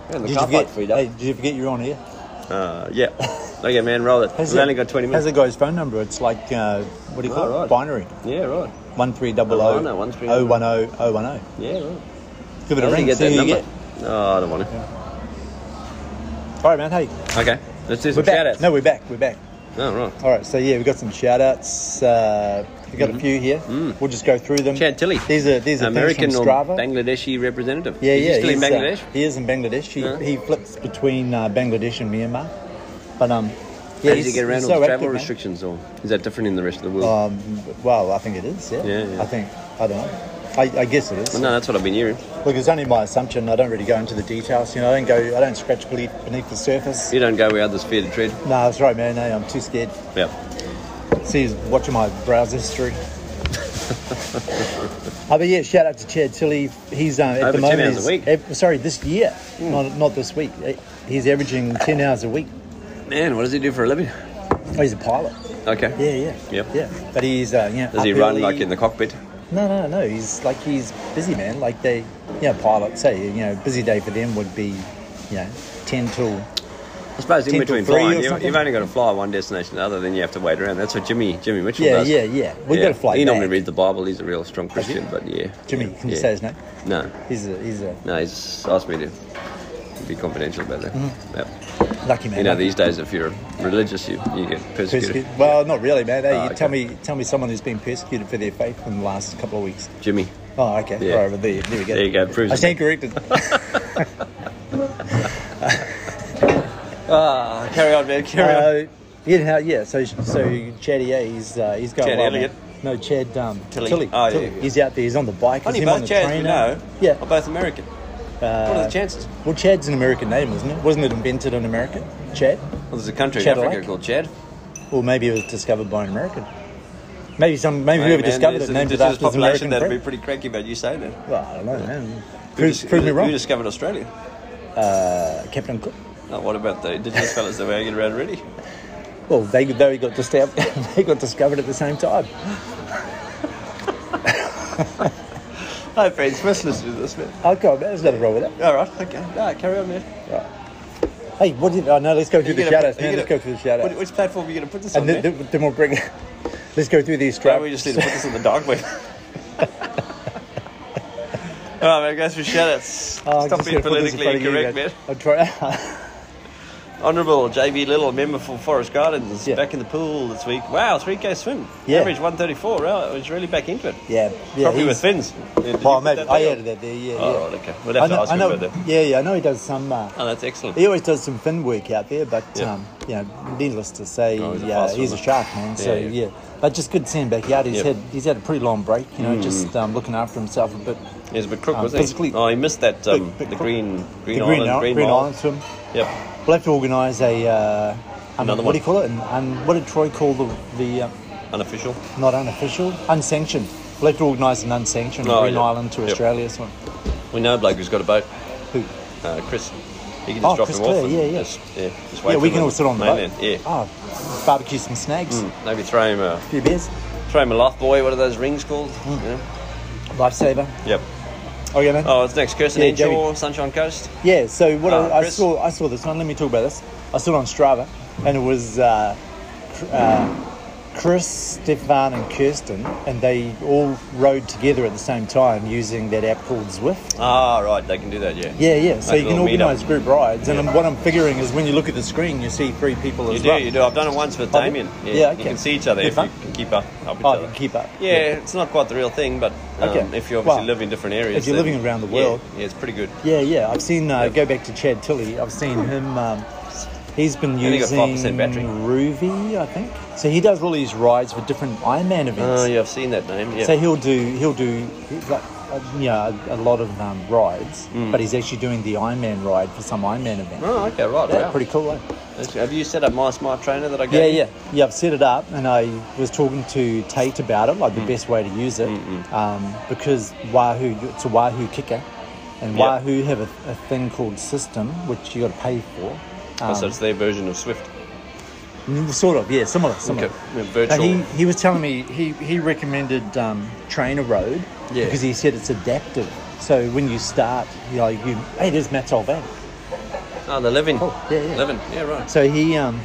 [SPEAKER 2] Yeah, the
[SPEAKER 3] Did you
[SPEAKER 2] car
[SPEAKER 3] forget?
[SPEAKER 2] park freed up.
[SPEAKER 3] Hey, did you forget you're on here?
[SPEAKER 2] Uh, yeah. Okay, man, roll it. We've only got 20
[SPEAKER 3] Has
[SPEAKER 2] minutes.
[SPEAKER 3] the guy's phone number? It's like uh, what do you call
[SPEAKER 2] Oh,
[SPEAKER 3] it?
[SPEAKER 2] right.
[SPEAKER 3] Binary.
[SPEAKER 2] Yeah, right.
[SPEAKER 3] One three double
[SPEAKER 2] Oh,
[SPEAKER 3] O.
[SPEAKER 2] I know, 1300.
[SPEAKER 3] 010 010.
[SPEAKER 2] Yeah, right.
[SPEAKER 3] Give it
[SPEAKER 2] How
[SPEAKER 3] a
[SPEAKER 2] do
[SPEAKER 3] ring.
[SPEAKER 2] you get
[SPEAKER 3] see
[SPEAKER 2] that
[SPEAKER 3] who you
[SPEAKER 2] number?
[SPEAKER 3] get.
[SPEAKER 2] Oh, I don't want to.
[SPEAKER 3] All right, man. Hey,
[SPEAKER 2] Okay, let's do
[SPEAKER 3] we're
[SPEAKER 2] some
[SPEAKER 3] back.
[SPEAKER 2] shout outs.
[SPEAKER 3] No, we're back. We're back.
[SPEAKER 2] Oh, right.
[SPEAKER 3] All right, so yeah, we've got some shout outs. Uh, we've
[SPEAKER 2] Mm-hmm.
[SPEAKER 3] got a few here. We'll just go through them.
[SPEAKER 2] Chad Tilley.
[SPEAKER 3] These are, these are
[SPEAKER 2] Mm. American
[SPEAKER 3] things
[SPEAKER 2] or
[SPEAKER 3] from Strava.
[SPEAKER 2] Bangladeshi representative.
[SPEAKER 3] yeah,
[SPEAKER 2] Is
[SPEAKER 3] yeah.
[SPEAKER 2] he still in
[SPEAKER 3] he's, uh,
[SPEAKER 2] Bangladesh? Uh.
[SPEAKER 3] he is in Bangladesh. He,
[SPEAKER 2] Yeah.
[SPEAKER 3] he flips between uh, Bangladesh and Myanmar. But, um, yeah,
[SPEAKER 2] How does he
[SPEAKER 3] he's-
[SPEAKER 2] get around
[SPEAKER 3] he's
[SPEAKER 2] all
[SPEAKER 3] so
[SPEAKER 2] the travel
[SPEAKER 3] active, mate.
[SPEAKER 2] restrictions, or is that different in the rest of the world?
[SPEAKER 3] Um, well, I think it is, yeah.
[SPEAKER 2] Yeah, yeah.
[SPEAKER 3] I think, I don't know. I, I guess it is.
[SPEAKER 2] Well, no, that's what I've been hearing.
[SPEAKER 3] Look, it's only my assumption. I don't really go into the details. You know, I don't go. I don't scratch beneath beneath the surface.
[SPEAKER 2] You don't go where others fear to tread.
[SPEAKER 3] No, that's right, man. No, I'm too scared.
[SPEAKER 2] Yep.
[SPEAKER 3] See, he's watching my browser history. oh, but yeah, shout out to Chad Tilley. He's uh, at the
[SPEAKER 2] Over 10
[SPEAKER 3] moment.
[SPEAKER 2] hours
[SPEAKER 3] he's-
[SPEAKER 2] a week. Hmm.
[SPEAKER 3] ev- sorry, this year, not not this week. Eh, He's averaging ten hours a week.
[SPEAKER 2] Man, what does he do for a living?
[SPEAKER 3] Oh, he's a pilot.
[SPEAKER 2] Okay.
[SPEAKER 3] Yeah, yeah,
[SPEAKER 2] Yep.
[SPEAKER 3] yeah. But he's uh, yeah.
[SPEAKER 2] Does he
[SPEAKER 3] up
[SPEAKER 2] run
[SPEAKER 3] early.
[SPEAKER 2] like in the cockpit?
[SPEAKER 3] No, no, no. He's like he's busy, man. Like they, you know, pilots say, you know, busy day for them would be, you know, ten till
[SPEAKER 2] I suppose in
[SPEAKER 3] 10 to 3 or
[SPEAKER 2] between flying, you,
[SPEAKER 3] something?
[SPEAKER 2] you've only got to fly one destination to the other, then you have to wait around. That's what Jimmy Jimmy Mitchell
[SPEAKER 3] Yeah,
[SPEAKER 2] does.
[SPEAKER 3] yeah, yeah. We've got to fly
[SPEAKER 2] He normally
[SPEAKER 3] back.
[SPEAKER 2] reads the Bible. He's a real strong Christian, but yeah.
[SPEAKER 3] Jimmy,
[SPEAKER 2] yeah,
[SPEAKER 3] can you
[SPEAKER 2] yeah.
[SPEAKER 3] say his name?
[SPEAKER 2] No,
[SPEAKER 3] He's a he's a
[SPEAKER 2] no. He's asked me to be confidential about that.
[SPEAKER 3] Mm-hmm.
[SPEAKER 2] Yep.
[SPEAKER 3] lucky man.
[SPEAKER 2] You know, these days, if you're religious, you, you get persecuted.
[SPEAKER 3] Persecuted. Well, not really, man. Hey,
[SPEAKER 2] Oh,
[SPEAKER 3] you Tell
[SPEAKER 2] okay.
[SPEAKER 3] me, tell me, someone who's been persecuted for their faith in the last couple of weeks.
[SPEAKER 2] Jimmy.
[SPEAKER 3] Oh, okay.
[SPEAKER 2] Yeah.
[SPEAKER 3] All right, well, there, there we go.
[SPEAKER 2] There you go, proves
[SPEAKER 3] I
[SPEAKER 2] it.
[SPEAKER 3] stand corrected.
[SPEAKER 2] Ah, carry on, man. Carry on.
[SPEAKER 3] uh, you know, yeah. So, so Chad, yeah, he's uh, he's going
[SPEAKER 2] Chad
[SPEAKER 3] well, man.
[SPEAKER 2] Elliott.
[SPEAKER 3] No, Chad um,
[SPEAKER 2] Tilley.
[SPEAKER 3] Tilly.
[SPEAKER 2] Oh, yeah, yeah.
[SPEAKER 3] He's out there. He's on the bike. He's
[SPEAKER 2] Only
[SPEAKER 3] him on
[SPEAKER 2] both
[SPEAKER 3] the
[SPEAKER 2] Chads we
[SPEAKER 3] trainer.
[SPEAKER 2] know are
[SPEAKER 3] Yeah. Uh,
[SPEAKER 2] both American. what are the chances?
[SPEAKER 3] Well, Chad's an American name, isn't it? Wasn't it invented in America? Chad.
[SPEAKER 2] Well, there's a country
[SPEAKER 3] Chad
[SPEAKER 2] in Africa
[SPEAKER 3] Lake?
[SPEAKER 2] called Chad.
[SPEAKER 3] Well, maybe it was discovered by an American. Maybe some, maybe whoever
[SPEAKER 2] Hey, man,
[SPEAKER 3] discovered
[SPEAKER 2] there's
[SPEAKER 3] it
[SPEAKER 2] a
[SPEAKER 3] named it
[SPEAKER 2] indigenous
[SPEAKER 3] after his American
[SPEAKER 2] population that'd
[SPEAKER 3] friend.
[SPEAKER 2] be pretty cranky about you saying that.
[SPEAKER 3] Well, I don't know, man.
[SPEAKER 2] Who,
[SPEAKER 3] Prove,
[SPEAKER 2] dis-
[SPEAKER 3] prove me
[SPEAKER 2] who
[SPEAKER 3] wrong,
[SPEAKER 2] discovered Australia?
[SPEAKER 3] uh, Captain Cook.
[SPEAKER 2] No, what about the indigenous fellas that were hanging around already?
[SPEAKER 3] Well, they they got discovered. they got discovered at the same time.
[SPEAKER 2] Hi, friends. First listen to this, man.
[SPEAKER 3] Oh God, there's nothing wrong with
[SPEAKER 2] All right, okay. No, carry on, man.
[SPEAKER 3] that. Hey, what did? Oh no, let's go through the
[SPEAKER 2] You gonna
[SPEAKER 3] shout outs,
[SPEAKER 2] put-
[SPEAKER 3] man.
[SPEAKER 2] you
[SPEAKER 3] Let's
[SPEAKER 2] gonna-
[SPEAKER 3] go through the shout
[SPEAKER 2] Which,
[SPEAKER 3] outs.
[SPEAKER 2] which platform are you going to put this on,
[SPEAKER 3] And then,
[SPEAKER 2] man?
[SPEAKER 3] then, then we'll bring. let's go through these
[SPEAKER 2] Right,
[SPEAKER 3] strap.
[SPEAKER 2] we just need to put this on the dark web. All right, man, guys, for shout-outs.
[SPEAKER 3] Oh, I'm
[SPEAKER 2] Stop
[SPEAKER 3] just
[SPEAKER 2] being
[SPEAKER 3] gonna put this in
[SPEAKER 2] politically
[SPEAKER 3] front of you,
[SPEAKER 2] incorrect, man.
[SPEAKER 3] I'm trying.
[SPEAKER 2] Honourable J.B. Little, member for Forest Gardens, is
[SPEAKER 3] Yeah.
[SPEAKER 2] back in the pool this week. Wow, 3K swim.
[SPEAKER 3] Yeah.
[SPEAKER 2] Average 134. Wow, he's really back into it.
[SPEAKER 3] yeah, yeah.
[SPEAKER 2] Probably
[SPEAKER 3] he's-
[SPEAKER 2] with fins. Yeah, did you
[SPEAKER 3] Well,
[SPEAKER 2] put
[SPEAKER 3] maybe
[SPEAKER 2] that
[SPEAKER 3] I
[SPEAKER 2] down?
[SPEAKER 3] added that there. Yeah,
[SPEAKER 2] Oh,
[SPEAKER 3] yeah.
[SPEAKER 2] right, okay. We'll have to ask
[SPEAKER 3] I
[SPEAKER 2] him
[SPEAKER 3] know,
[SPEAKER 2] about that.
[SPEAKER 3] Yeah, yeah. I know he does some. Uh,
[SPEAKER 2] Oh, that's excellent.
[SPEAKER 3] He always does some fin work out there, but
[SPEAKER 2] Yeah.
[SPEAKER 3] um, you know, needless to say,
[SPEAKER 2] Oh, he's a
[SPEAKER 3] yeah,
[SPEAKER 2] fast
[SPEAKER 3] he's a
[SPEAKER 2] swimmer.
[SPEAKER 3] shark man. So
[SPEAKER 2] Yeah,
[SPEAKER 3] yeah,
[SPEAKER 2] yeah.
[SPEAKER 3] but just good seeing back out. He's
[SPEAKER 2] Yep.
[SPEAKER 3] had he's had a pretty long break, you
[SPEAKER 2] Mm.
[SPEAKER 3] know, just um, looking after himself a bit.
[SPEAKER 2] He was a bit crook,
[SPEAKER 3] Um,
[SPEAKER 2] wasn't
[SPEAKER 3] physically-
[SPEAKER 2] he? Oh, he missed that, um,
[SPEAKER 3] Big- big
[SPEAKER 2] the
[SPEAKER 3] crook.
[SPEAKER 2] green, green,
[SPEAKER 3] the
[SPEAKER 2] island,
[SPEAKER 3] green, Isle-
[SPEAKER 2] green,
[SPEAKER 3] green
[SPEAKER 2] mile.
[SPEAKER 3] island swim.
[SPEAKER 2] Yep.
[SPEAKER 3] We'll have to organise a uh, um,
[SPEAKER 2] Another
[SPEAKER 3] what
[SPEAKER 2] one.
[SPEAKER 3] do you call it? And um, what did Troy call the the uh,
[SPEAKER 2] Unofficial.
[SPEAKER 3] not unofficial, unsanctioned? We'll have to organise an unsanctioned
[SPEAKER 2] Oh,
[SPEAKER 3] Green
[SPEAKER 2] yeah.
[SPEAKER 3] Island to
[SPEAKER 2] Yep.
[SPEAKER 3] Australia swim.
[SPEAKER 2] We know a bloke who's got a boat.
[SPEAKER 3] Who?
[SPEAKER 2] Uh, Chris. He can just
[SPEAKER 3] Oh,
[SPEAKER 2] drop
[SPEAKER 3] Chris
[SPEAKER 2] him off.
[SPEAKER 3] Clare,
[SPEAKER 2] and
[SPEAKER 3] yeah, yeah.
[SPEAKER 2] Just, yeah, just
[SPEAKER 3] yeah,
[SPEAKER 2] wait for
[SPEAKER 3] we
[SPEAKER 2] him
[SPEAKER 3] can all sit on the boat.
[SPEAKER 2] mainland, Yeah.
[SPEAKER 3] Oh, barbecue some snags,
[SPEAKER 2] Mm, Maybe throw him a
[SPEAKER 3] a few beers,
[SPEAKER 2] throw him a life boy. What are those rings called?
[SPEAKER 3] Hmm. lifesaver.
[SPEAKER 2] Yeah. Yep.
[SPEAKER 3] Okay, man.
[SPEAKER 2] Oh, it's next. Kirsten
[SPEAKER 3] Yeah,
[SPEAKER 2] Henshaw, Sunshine Coast.
[SPEAKER 3] Yeah, so what
[SPEAKER 2] Uh,
[SPEAKER 3] I, I
[SPEAKER 2] Chris?
[SPEAKER 3] saw, I saw this one. Let me talk about this. I saw it on Strava, and it was uh, Cr- uh, Chris, Stefan, and Kirsten, and they all rode together at the same time using that app called Zwift.
[SPEAKER 2] Ah, right. They can do that. Yeah.
[SPEAKER 3] Yeah, yeah. So
[SPEAKER 2] Like
[SPEAKER 3] you
[SPEAKER 2] a
[SPEAKER 3] can
[SPEAKER 2] little meetup.
[SPEAKER 3] organise group rides, and
[SPEAKER 2] Yeah.
[SPEAKER 3] what I'm figuring is when you look at the screen, you see three people
[SPEAKER 2] You
[SPEAKER 3] as
[SPEAKER 2] do.
[SPEAKER 3] well.
[SPEAKER 2] You do. I've done it once with
[SPEAKER 3] Oh,
[SPEAKER 2] Damien. Yeah.
[SPEAKER 3] yeah,
[SPEAKER 2] You
[SPEAKER 3] okay.
[SPEAKER 2] can see each other
[SPEAKER 3] Good
[SPEAKER 2] if you
[SPEAKER 3] fun.
[SPEAKER 2] can keep up, up each
[SPEAKER 3] Oh,
[SPEAKER 2] other.
[SPEAKER 3] you can keep up.
[SPEAKER 2] Yeah, it's not quite the real thing, but um,
[SPEAKER 3] Okay.
[SPEAKER 2] if you obviously
[SPEAKER 3] Well,
[SPEAKER 2] live in different areas,
[SPEAKER 3] if you're
[SPEAKER 2] then-
[SPEAKER 3] living around the
[SPEAKER 2] yeah,
[SPEAKER 3] world.
[SPEAKER 2] yeah, it's pretty good.
[SPEAKER 3] Yeah, yeah. I've seen. Uh, Go back to Chad Tilley. I've seen
[SPEAKER 2] Hmm.
[SPEAKER 3] him. Um, he's been
[SPEAKER 2] Only got
[SPEAKER 3] using
[SPEAKER 2] 5% battery.
[SPEAKER 3] Ruby, I think. So he does all these rides for different Ironman events.
[SPEAKER 2] Oh, yeah, I've seen that name. Yeah.
[SPEAKER 3] So he'll do he'll do like uh, you know, a, a lot of um, rides, but he's actually doing the Ironman ride for some Ironman event.
[SPEAKER 2] Hmm. oh, okay, right.
[SPEAKER 3] Yeah,
[SPEAKER 2] wow.
[SPEAKER 3] pretty cool. Eh?
[SPEAKER 2] That's- Have you set up my smart trainer that I
[SPEAKER 3] Yeah,
[SPEAKER 2] gave? you?
[SPEAKER 3] yeah, yeah. I've set it up, and I was talking to Tate about it,
[SPEAKER 2] Mm.
[SPEAKER 3] like the best way to use it, um, because Wahoo, it's a Wahoo kicker, and
[SPEAKER 2] Yeah.
[SPEAKER 3] Wahoo have a, a thing called System, which you got to pay for.
[SPEAKER 2] Oh, so it's their version of Swift.
[SPEAKER 3] Mm, Sort of, yeah, similar, similar.
[SPEAKER 2] Okay, yeah, virtual.
[SPEAKER 3] But he, he was telling me he, he recommended um, Trainer Road
[SPEAKER 2] Yeah.
[SPEAKER 3] because he said it's adaptive. So when you start, you know, you hey, there's Matt Solvang.
[SPEAKER 2] Oh, the living.
[SPEAKER 3] Oh, yeah, yeah.
[SPEAKER 2] Living, yeah, right.
[SPEAKER 3] So he, um,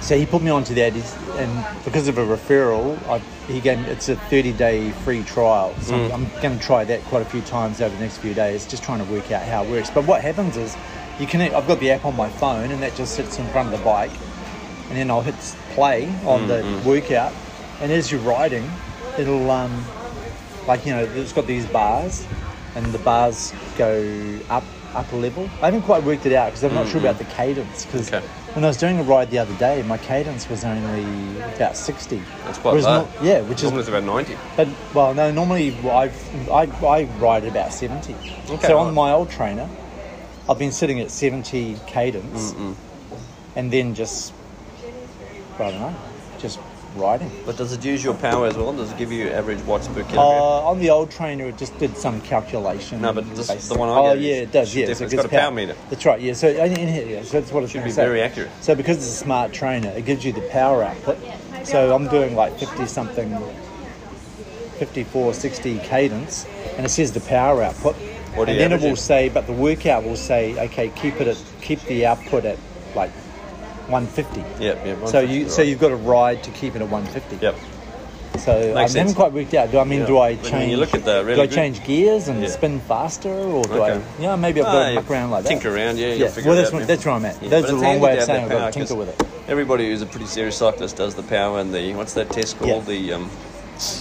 [SPEAKER 3] so he put me onto that, he's, and because of a referral, I, he gave me- it's a thirty day free trial. So I'm, I'm going to try that quite a few times over the next few days, just trying to work out how it works. But what happens is, you can I've got the app on my phone, and that just sits in front of the bike, and then I'll hit s- play on the
[SPEAKER 2] Mm-hmm.
[SPEAKER 3] workout, and as you're riding, it'll um, like you know, it's got these bars, and the bars go up up a level. I haven't quite worked it out because I'm not sure about the cadence. Because
[SPEAKER 2] Mm-hmm. Okay.
[SPEAKER 3] when I was doing a ride the other day, my cadence was only about sixty.
[SPEAKER 2] That's quite
[SPEAKER 3] Whereas
[SPEAKER 2] low.
[SPEAKER 3] nor- yeah, which is
[SPEAKER 2] Normally it's about 90.
[SPEAKER 3] but well, no. Normally, I've, I I ride at about seventy.
[SPEAKER 2] Okay,
[SPEAKER 3] so
[SPEAKER 2] right.
[SPEAKER 3] on my old trainer, I've been sitting at seventy cadence, and then just I don't know, just riding.
[SPEAKER 2] But does it use your power as well? Does it give you average watts per kilogram?
[SPEAKER 3] Uh, on the old trainer, it just did some calculation.
[SPEAKER 2] No, but this-
[SPEAKER 3] based
[SPEAKER 2] the one I
[SPEAKER 3] on- Oh,
[SPEAKER 2] get is-
[SPEAKER 3] yeah, it does. Yeah,
[SPEAKER 2] it's
[SPEAKER 3] so
[SPEAKER 2] got a
[SPEAKER 3] gives
[SPEAKER 2] power meter.
[SPEAKER 3] That's right. Yeah, so and- and here, yeah, so that's what it should
[SPEAKER 2] be very accurate.
[SPEAKER 3] So because it's a smart trainer, it gives you the power output. So I'm doing like fifty something, 54, 60 cadence, and it says the power output.
[SPEAKER 2] What
[SPEAKER 3] and
[SPEAKER 2] do you
[SPEAKER 3] then it
[SPEAKER 2] average
[SPEAKER 3] will
[SPEAKER 2] it?
[SPEAKER 3] say, but the workout will say, okay, keep it at keep the output at like 150.
[SPEAKER 2] Yep, yep,
[SPEAKER 3] So you
[SPEAKER 2] 150,
[SPEAKER 3] so
[SPEAKER 2] right.
[SPEAKER 3] you've got to ride to keep it at 150.
[SPEAKER 2] Yep.
[SPEAKER 3] So I
[SPEAKER 2] Makes sense.
[SPEAKER 3] haven't quite worked out. Do I mean
[SPEAKER 2] Yeah.
[SPEAKER 3] do I
[SPEAKER 2] But
[SPEAKER 3] change?
[SPEAKER 2] when you look at the really
[SPEAKER 3] do I
[SPEAKER 2] good-
[SPEAKER 3] change gears and
[SPEAKER 2] Yeah.
[SPEAKER 3] spin faster, or do
[SPEAKER 2] Okay.
[SPEAKER 3] I? Yeah, maybe I've got
[SPEAKER 2] Ah,
[SPEAKER 3] to muck around like that.
[SPEAKER 2] Tinker around, yeah, you'll figure
[SPEAKER 3] well,
[SPEAKER 2] it
[SPEAKER 3] that's
[SPEAKER 2] out,
[SPEAKER 3] what,
[SPEAKER 2] yeah.
[SPEAKER 3] that's where I'm at.
[SPEAKER 2] Yeah,
[SPEAKER 3] that's
[SPEAKER 2] but
[SPEAKER 3] the
[SPEAKER 2] it's
[SPEAKER 3] wrong
[SPEAKER 2] handy
[SPEAKER 3] way
[SPEAKER 2] to
[SPEAKER 3] of
[SPEAKER 2] have
[SPEAKER 3] saying I've
[SPEAKER 2] that
[SPEAKER 3] got to
[SPEAKER 2] power,
[SPEAKER 3] tinker with
[SPEAKER 2] 'cause
[SPEAKER 3] it.
[SPEAKER 2] Everybody who's a pretty serious cyclist does the power and the what's that test called? The um,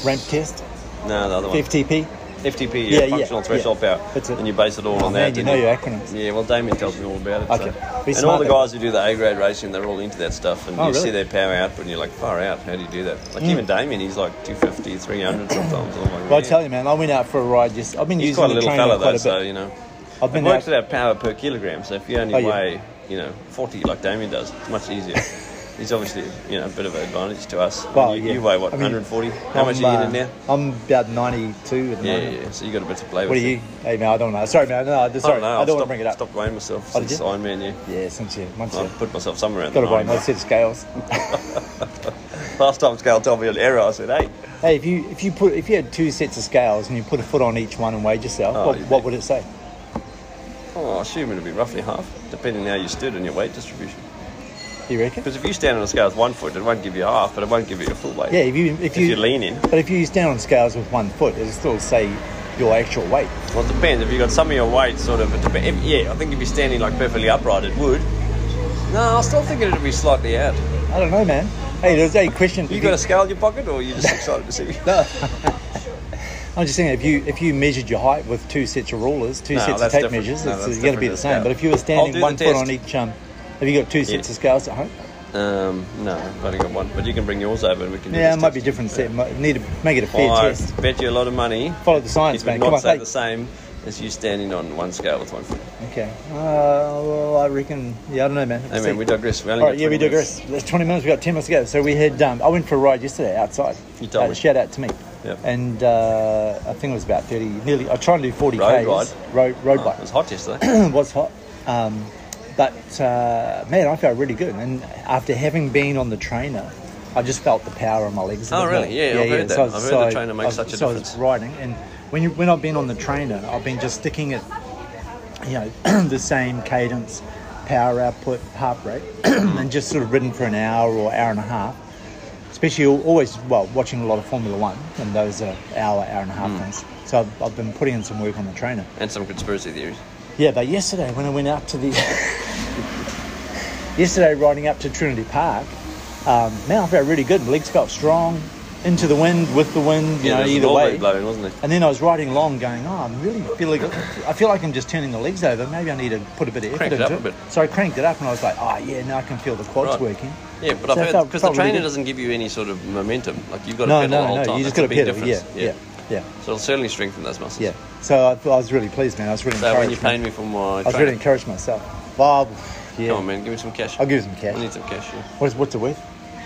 [SPEAKER 3] Ramp test,
[SPEAKER 2] no, the other one.
[SPEAKER 3] FTP.
[SPEAKER 2] FTP,
[SPEAKER 3] Yeah,
[SPEAKER 2] yeah,
[SPEAKER 3] yeah,
[SPEAKER 2] functional
[SPEAKER 3] yeah.
[SPEAKER 2] threshold power.
[SPEAKER 3] That's it.
[SPEAKER 2] And you base it all
[SPEAKER 3] Oh,
[SPEAKER 2] on
[SPEAKER 3] man,
[SPEAKER 2] that.
[SPEAKER 3] you
[SPEAKER 2] and
[SPEAKER 3] know your acronyms.
[SPEAKER 2] Yeah, well, Damien tells me all about it.
[SPEAKER 3] Okay.
[SPEAKER 2] So.
[SPEAKER 3] Be
[SPEAKER 2] And all the
[SPEAKER 3] smart,
[SPEAKER 2] guys who do the A grade racing, they're all into that stuff. And
[SPEAKER 3] Oh,
[SPEAKER 2] you see
[SPEAKER 3] really? Mm.
[SPEAKER 2] their power output, and you're like, far out, how do you do that? Like, even Damien, he's like 250, 300 sometimes. I'm like,
[SPEAKER 3] Well, I
[SPEAKER 2] yeah.
[SPEAKER 3] tell you, man, I went out for a ride. Just I've been
[SPEAKER 2] he's
[SPEAKER 3] using
[SPEAKER 2] quite
[SPEAKER 3] the
[SPEAKER 2] a little
[SPEAKER 3] trainer
[SPEAKER 2] fella,
[SPEAKER 3] quite
[SPEAKER 2] though,
[SPEAKER 3] a
[SPEAKER 2] so,
[SPEAKER 3] bit.
[SPEAKER 2] you know.
[SPEAKER 3] I've
[SPEAKER 2] It
[SPEAKER 3] been out.
[SPEAKER 2] works it out power per kilogram, so if you only
[SPEAKER 3] Oh, yeah.
[SPEAKER 2] weigh, you know, 40 like Damien does, it's much easier. He's obviously, you know, a bit of an advantage to us.
[SPEAKER 3] Well,
[SPEAKER 2] you,
[SPEAKER 3] yeah.
[SPEAKER 2] you weigh, what,
[SPEAKER 3] I mean,
[SPEAKER 2] 140? How much are
[SPEAKER 3] I'm,
[SPEAKER 2] you eating
[SPEAKER 3] uh,
[SPEAKER 2] now?
[SPEAKER 3] I'm about 92 at the
[SPEAKER 2] Yeah, yeah,
[SPEAKER 3] moment.
[SPEAKER 2] yeah. So you got a bit to play with.
[SPEAKER 3] What are you? Hey, man, I don't know. Sorry, man. No, I just- sorry, I
[SPEAKER 2] I don't know.
[SPEAKER 3] don't,
[SPEAKER 2] I've
[SPEAKER 3] want to
[SPEAKER 2] stopped-
[SPEAKER 3] bring it up.
[SPEAKER 2] Stopped weighing myself
[SPEAKER 3] Oh, did
[SPEAKER 2] since
[SPEAKER 3] you?
[SPEAKER 2] Iron Man. Yeah,
[SPEAKER 3] Yeah, since you, once
[SPEAKER 2] I
[SPEAKER 3] you.
[SPEAKER 2] have put myself somewhere around
[SPEAKER 3] Got to
[SPEAKER 2] the
[SPEAKER 3] buy my
[SPEAKER 2] 90.
[SPEAKER 3] set of scales.
[SPEAKER 2] Last time Scale told me an error, I said, "Hey,
[SPEAKER 3] Hey, if you if you put if you had two sets of scales and you put a foot on each one and weighed yourself,
[SPEAKER 2] Oh,
[SPEAKER 3] what,
[SPEAKER 2] you'd
[SPEAKER 3] what
[SPEAKER 2] be-
[SPEAKER 3] would it say?
[SPEAKER 2] oh, I assume it'll be roughly half, depending on how you stood and your weight distribution.
[SPEAKER 3] You reckon?
[SPEAKER 2] Because if you stand on a scale with one foot, it won't give you half, but it won't give you your full weight.
[SPEAKER 3] Yeah, if you if
[SPEAKER 2] If
[SPEAKER 3] you
[SPEAKER 2] you're leaning.
[SPEAKER 3] but if you stand on scales with one foot, it'll still say your actual weight.
[SPEAKER 2] Well, it depends. If you got some of your weight, sort of, it dep- if, yeah, I think if you're standing like perfectly upright, it would. No, I still think it'd be slightly out.
[SPEAKER 3] I don't know, man. Hey, there's a question.
[SPEAKER 2] You
[SPEAKER 3] if
[SPEAKER 2] got a scale in your pocket, or are you just excited to see me?
[SPEAKER 3] No. I'm just saying, if you if you measured your height with two sets of rulers, two
[SPEAKER 2] No,
[SPEAKER 3] sets of
[SPEAKER 2] that's
[SPEAKER 3] tape
[SPEAKER 2] different.
[SPEAKER 3] measures,
[SPEAKER 2] No,
[SPEAKER 3] it's,
[SPEAKER 2] that's
[SPEAKER 3] going to be the
[SPEAKER 2] different to
[SPEAKER 3] same.
[SPEAKER 2] scale.
[SPEAKER 3] But if you were
[SPEAKER 2] I'll do
[SPEAKER 3] standing
[SPEAKER 2] the
[SPEAKER 3] one foot
[SPEAKER 2] test.
[SPEAKER 3] on each, um, have you got two sets
[SPEAKER 2] Yeah.
[SPEAKER 3] of scales at home?
[SPEAKER 2] Um, no, I've only got one, but you can bring yours over and we can. do
[SPEAKER 3] Yeah,
[SPEAKER 2] this
[SPEAKER 3] it might
[SPEAKER 2] test.
[SPEAKER 3] be different. Set. Might Need to make it a fair
[SPEAKER 2] I
[SPEAKER 3] test.
[SPEAKER 2] bet you a lot of money.
[SPEAKER 3] Follow the science,
[SPEAKER 2] it
[SPEAKER 3] man.
[SPEAKER 2] would
[SPEAKER 3] Come
[SPEAKER 2] not
[SPEAKER 3] on,
[SPEAKER 2] say
[SPEAKER 3] hey.
[SPEAKER 2] the same as you standing on one scale with one foot.
[SPEAKER 3] Okay. Uh, well, I reckon. Yeah, I don't know, man.
[SPEAKER 2] Hey man, we digress. We only
[SPEAKER 3] All
[SPEAKER 2] got
[SPEAKER 3] right, yeah, we
[SPEAKER 2] 20 minutes.
[SPEAKER 3] digress. There's 20 minutes. We got 10 minutes to go. So we had. Um, I went for a ride yesterday outside.
[SPEAKER 2] You told
[SPEAKER 3] uh,
[SPEAKER 2] me.
[SPEAKER 3] Shout out to me.
[SPEAKER 2] Yep.
[SPEAKER 3] And uh, I think it was about 30, nearly. I tried to do 40
[SPEAKER 2] Road
[SPEAKER 3] k's.
[SPEAKER 2] ride?
[SPEAKER 3] Road road
[SPEAKER 2] Oh,
[SPEAKER 3] bike.
[SPEAKER 2] it was hot yesterday.
[SPEAKER 3] It was hot. Um, but uh, man, I felt really good. And after having been on the trainer, I just felt the power in my legs. a
[SPEAKER 2] Oh,
[SPEAKER 3] bit
[SPEAKER 2] really?
[SPEAKER 3] more.
[SPEAKER 2] Yeah, I've heard that.
[SPEAKER 3] I was-
[SPEAKER 2] I've heard the trainer makes
[SPEAKER 3] I was-
[SPEAKER 2] such a
[SPEAKER 3] so I was
[SPEAKER 2] difference.
[SPEAKER 3] riding, and when you when I've been on the trainer, I've been just sticking at you know the same cadence, power output, heart rate, and just sort of ridden for an hour or hour and a half. Especially al- always well watching a lot of Formula One, and those are hour, hour and a
[SPEAKER 2] Hmm.
[SPEAKER 3] half things. So I've, I've been putting in some work on the trainer.
[SPEAKER 2] and some conspiracy theories.
[SPEAKER 3] Yeah, but yesterday when I went out to the yesterday riding up to Trinity Park, um, man, I felt really good. My legs felt strong, into the wind, with the wind, you
[SPEAKER 2] yeah,
[SPEAKER 3] know,
[SPEAKER 2] there was a
[SPEAKER 3] either
[SPEAKER 2] northerly
[SPEAKER 3] way.
[SPEAKER 2] blowing, wasn't it?
[SPEAKER 3] And then I was riding along, going, "Oh, I'm really feeling. I feel like I'm just turning the legs over. Maybe I need to put a bit of effort
[SPEAKER 2] Crank it
[SPEAKER 3] into
[SPEAKER 2] up a bit.
[SPEAKER 3] So I cranked it up, and I was like, "Oh yeah, now I can feel the quads
[SPEAKER 2] Right.
[SPEAKER 3] working."
[SPEAKER 2] Yeah,
[SPEAKER 3] So
[SPEAKER 2] but
[SPEAKER 3] I
[SPEAKER 2] I've heard
[SPEAKER 3] felt-
[SPEAKER 2] because the
[SPEAKER 3] felt really
[SPEAKER 2] trainer
[SPEAKER 3] good.
[SPEAKER 2] doesn't give you any sort of momentum. Like you've got to
[SPEAKER 3] No,
[SPEAKER 2] pedal the
[SPEAKER 3] no,
[SPEAKER 2] whole
[SPEAKER 3] no.
[SPEAKER 2] time.
[SPEAKER 3] You just
[SPEAKER 2] That's
[SPEAKER 3] got
[SPEAKER 2] a
[SPEAKER 3] to
[SPEAKER 2] big
[SPEAKER 3] pedal. Yeah,
[SPEAKER 2] difference.
[SPEAKER 3] yeah, yeah,
[SPEAKER 2] So it'll certainly strengthen those muscles.
[SPEAKER 3] yeah. So I, I was really pleased, man. I was really
[SPEAKER 2] So
[SPEAKER 3] encouraged.
[SPEAKER 2] when you're paying
[SPEAKER 3] man.
[SPEAKER 2] me for my
[SPEAKER 3] I was
[SPEAKER 2] trainer,
[SPEAKER 3] really encouraged myself. Bob, yeah.
[SPEAKER 2] come on, man, give me some cash.
[SPEAKER 3] I'll give you some
[SPEAKER 2] I
[SPEAKER 3] cash.
[SPEAKER 2] need some cash. Yeah.
[SPEAKER 3] What is what's it worth?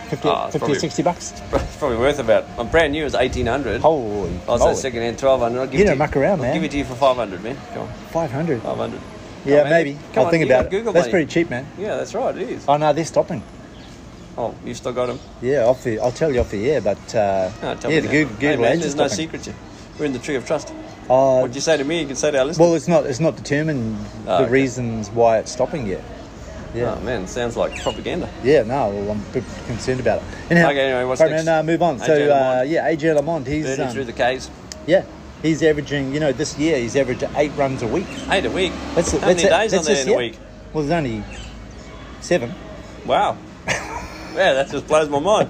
[SPEAKER 3] 50,
[SPEAKER 2] Ah, it's
[SPEAKER 3] 50
[SPEAKER 2] probably-
[SPEAKER 3] 60 bucks?
[SPEAKER 2] It's probably worth about. I'm brand new. It's eighteen hundred.
[SPEAKER 3] Holy
[SPEAKER 2] I was
[SPEAKER 3] moly.
[SPEAKER 2] at second hand twelve hundred.
[SPEAKER 3] You don't muck around,
[SPEAKER 2] I'll
[SPEAKER 3] man.
[SPEAKER 2] Give it to you for five hundred, man. Come on,
[SPEAKER 3] 500.
[SPEAKER 2] five hundred.
[SPEAKER 3] yeah,
[SPEAKER 2] on, man.
[SPEAKER 3] maybe.
[SPEAKER 2] Come
[SPEAKER 3] I'll
[SPEAKER 2] on,
[SPEAKER 3] think
[SPEAKER 2] you
[SPEAKER 3] about
[SPEAKER 2] got
[SPEAKER 3] it.
[SPEAKER 2] Google
[SPEAKER 3] That's
[SPEAKER 2] money.
[SPEAKER 3] pretty cheap, man.
[SPEAKER 2] Yeah, that's right. It is.
[SPEAKER 3] Oh, no, they're stopping.
[SPEAKER 2] Oh, you still got him?
[SPEAKER 3] Yeah, off the, I'll tell you off the air, but uh,
[SPEAKER 2] No, tell
[SPEAKER 3] yeah, the
[SPEAKER 2] me now.
[SPEAKER 3] Google,
[SPEAKER 2] Hey,
[SPEAKER 3] Google
[SPEAKER 2] man,
[SPEAKER 3] Ads
[SPEAKER 2] There's
[SPEAKER 3] is
[SPEAKER 2] no
[SPEAKER 3] stopping.
[SPEAKER 2] secret. here. We're in the tree of trust.
[SPEAKER 3] Uh,
[SPEAKER 2] what you say to me, you can say to our listeners.
[SPEAKER 3] Well, it's not. It's not determined
[SPEAKER 2] Oh,
[SPEAKER 3] the
[SPEAKER 2] okay.
[SPEAKER 3] reasons why it's stopping yet.
[SPEAKER 2] Oh man, sounds like propaganda.
[SPEAKER 3] Yeah, no, well, I'm a bit concerned about it. Anyhow,
[SPEAKER 2] Okay, anyway, what's
[SPEAKER 3] right,
[SPEAKER 2] next?
[SPEAKER 3] man, uh, move on. so,
[SPEAKER 2] AJ Lamont.
[SPEAKER 3] uh, yeah, AJ Lamont, he's
[SPEAKER 2] Burning through
[SPEAKER 3] um,
[SPEAKER 2] the caves.
[SPEAKER 3] yeah, he's averaging. You know, this year he's averaged eight runs a week.
[SPEAKER 2] Eight a week.
[SPEAKER 3] That's
[SPEAKER 2] How
[SPEAKER 3] it. That's
[SPEAKER 2] many
[SPEAKER 3] it.
[SPEAKER 2] days
[SPEAKER 3] that's
[SPEAKER 2] on there
[SPEAKER 3] just
[SPEAKER 2] in
[SPEAKER 3] yet.
[SPEAKER 2] a week?
[SPEAKER 3] Well, there's only seven.
[SPEAKER 2] Wow. yeah, that just blows my mind.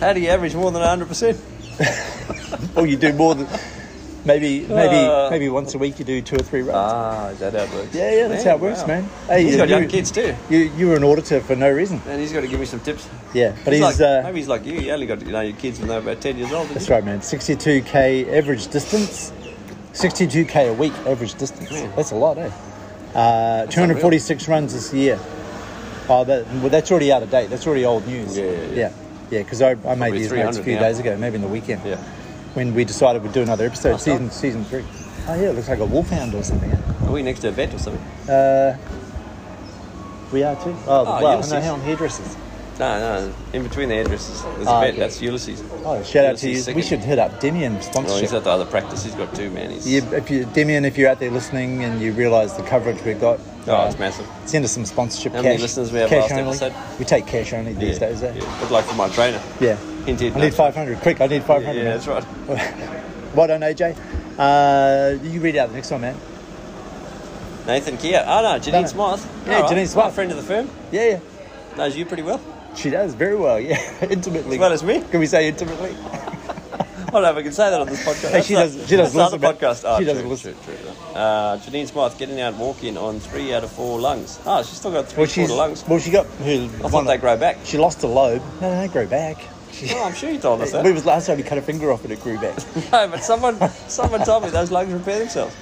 [SPEAKER 2] How do you average more than 100%?
[SPEAKER 3] Or you do more than maybe, maybe,
[SPEAKER 2] Uh,
[SPEAKER 3] maybe once a week you do two or three runs.
[SPEAKER 2] Ah, is that how it works?
[SPEAKER 3] yeah, yeah, that's how it works,
[SPEAKER 2] wow.
[SPEAKER 3] man. Hey,
[SPEAKER 2] He's
[SPEAKER 3] you-
[SPEAKER 2] got young
[SPEAKER 3] you-
[SPEAKER 2] kids too.
[SPEAKER 3] You, you were an auditor for no reason.
[SPEAKER 2] And he's got to give me some tips.
[SPEAKER 3] Yeah, but he's,
[SPEAKER 2] like,
[SPEAKER 3] uh,
[SPEAKER 2] maybe he's like you. You only got to know your kids when they're about 10 years old. didn't
[SPEAKER 3] That's
[SPEAKER 2] you?
[SPEAKER 3] right, man. 62k average distance. 62k a week average distance. That's a lot, eh? Uh, 246 runs this year. Oh, that, well, that's already out of date. That's already old news.
[SPEAKER 2] Yeah, yeah, yeah.
[SPEAKER 3] yeah. Because I, I made these notes a
[SPEAKER 2] 300
[SPEAKER 3] few
[SPEAKER 2] now.
[SPEAKER 3] days ago, maybe in the weekend,
[SPEAKER 2] Yeah.
[SPEAKER 3] when we decided we'd do another episode, season season three. Oh yeah, it looks like a wolfhound or something. eh?
[SPEAKER 2] Are we next to a vet or something?
[SPEAKER 3] Uh, we are too. Oh,
[SPEAKER 2] Oh,
[SPEAKER 3] well,
[SPEAKER 2] Ulysses.
[SPEAKER 3] no, hang on, hairdressers.
[SPEAKER 2] No, no. In between the addresses, there's a
[SPEAKER 3] Ah,
[SPEAKER 2] vet.
[SPEAKER 3] okay.
[SPEAKER 2] That's Ulysses.
[SPEAKER 3] Oh, shout out
[SPEAKER 2] Ulysses
[SPEAKER 3] to you.
[SPEAKER 2] second.
[SPEAKER 3] We should hit up Demian
[SPEAKER 2] Oh,
[SPEAKER 3] sponsorship.
[SPEAKER 2] he's at the other practice. He's got two, man. He's,
[SPEAKER 3] Yeah, if you, Demian, if you're out there listening and you realise the coverage we've got,
[SPEAKER 2] Oh, it's massive.
[SPEAKER 3] send us some sponsorship.
[SPEAKER 2] How
[SPEAKER 3] cash,
[SPEAKER 2] many listeners we have
[SPEAKER 3] cash
[SPEAKER 2] last
[SPEAKER 3] only.
[SPEAKER 2] episode?
[SPEAKER 3] We take cash only these
[SPEAKER 2] yeah,
[SPEAKER 3] days. Eh?
[SPEAKER 2] yeah. Good luck for my trainer.
[SPEAKER 3] Yeah.
[SPEAKER 2] Hint, hint,
[SPEAKER 3] I
[SPEAKER 2] no.
[SPEAKER 3] need 500. Quick, I need 500.
[SPEAKER 2] Yeah,
[SPEAKER 3] man.
[SPEAKER 2] that's right.
[SPEAKER 3] Well done, AJ. Uh, you read out the next one, man.
[SPEAKER 2] Nathan Keogh. Oh, no,
[SPEAKER 3] No,
[SPEAKER 2] Janine
[SPEAKER 3] no.
[SPEAKER 2] Smythe.
[SPEAKER 3] Yeah,
[SPEAKER 2] All
[SPEAKER 3] Janine
[SPEAKER 2] my
[SPEAKER 3] Smythe.
[SPEAKER 2] Friend of the firm.
[SPEAKER 3] Yeah, yeah.
[SPEAKER 2] Knows you pretty well.
[SPEAKER 3] She does very well, yeah. intimately.
[SPEAKER 2] As well as me.
[SPEAKER 3] Can we say intimately?
[SPEAKER 2] I don't know if I can say that on this podcast.
[SPEAKER 3] Hey, she
[SPEAKER 2] That's
[SPEAKER 3] does- she does
[SPEAKER 2] that's the
[SPEAKER 3] listen, but
[SPEAKER 2] other podcast. Oh,
[SPEAKER 3] she does
[SPEAKER 2] true,
[SPEAKER 3] listen.
[SPEAKER 2] True, true, true. Uh, Janine Smythe getting out walking on three out of four lungs. Oh, she's still got three
[SPEAKER 3] Well,
[SPEAKER 2] quarter
[SPEAKER 3] she's,
[SPEAKER 2] lungs.
[SPEAKER 3] well, she got her.
[SPEAKER 2] I thought they grow back.
[SPEAKER 3] She lost a lobe. No, no, no, grow back. She,
[SPEAKER 2] Oh, I'm sure you told us that.
[SPEAKER 3] we was last time we cut a finger off and it grew back.
[SPEAKER 2] no, but someone, someone told me those lungs repair themselves.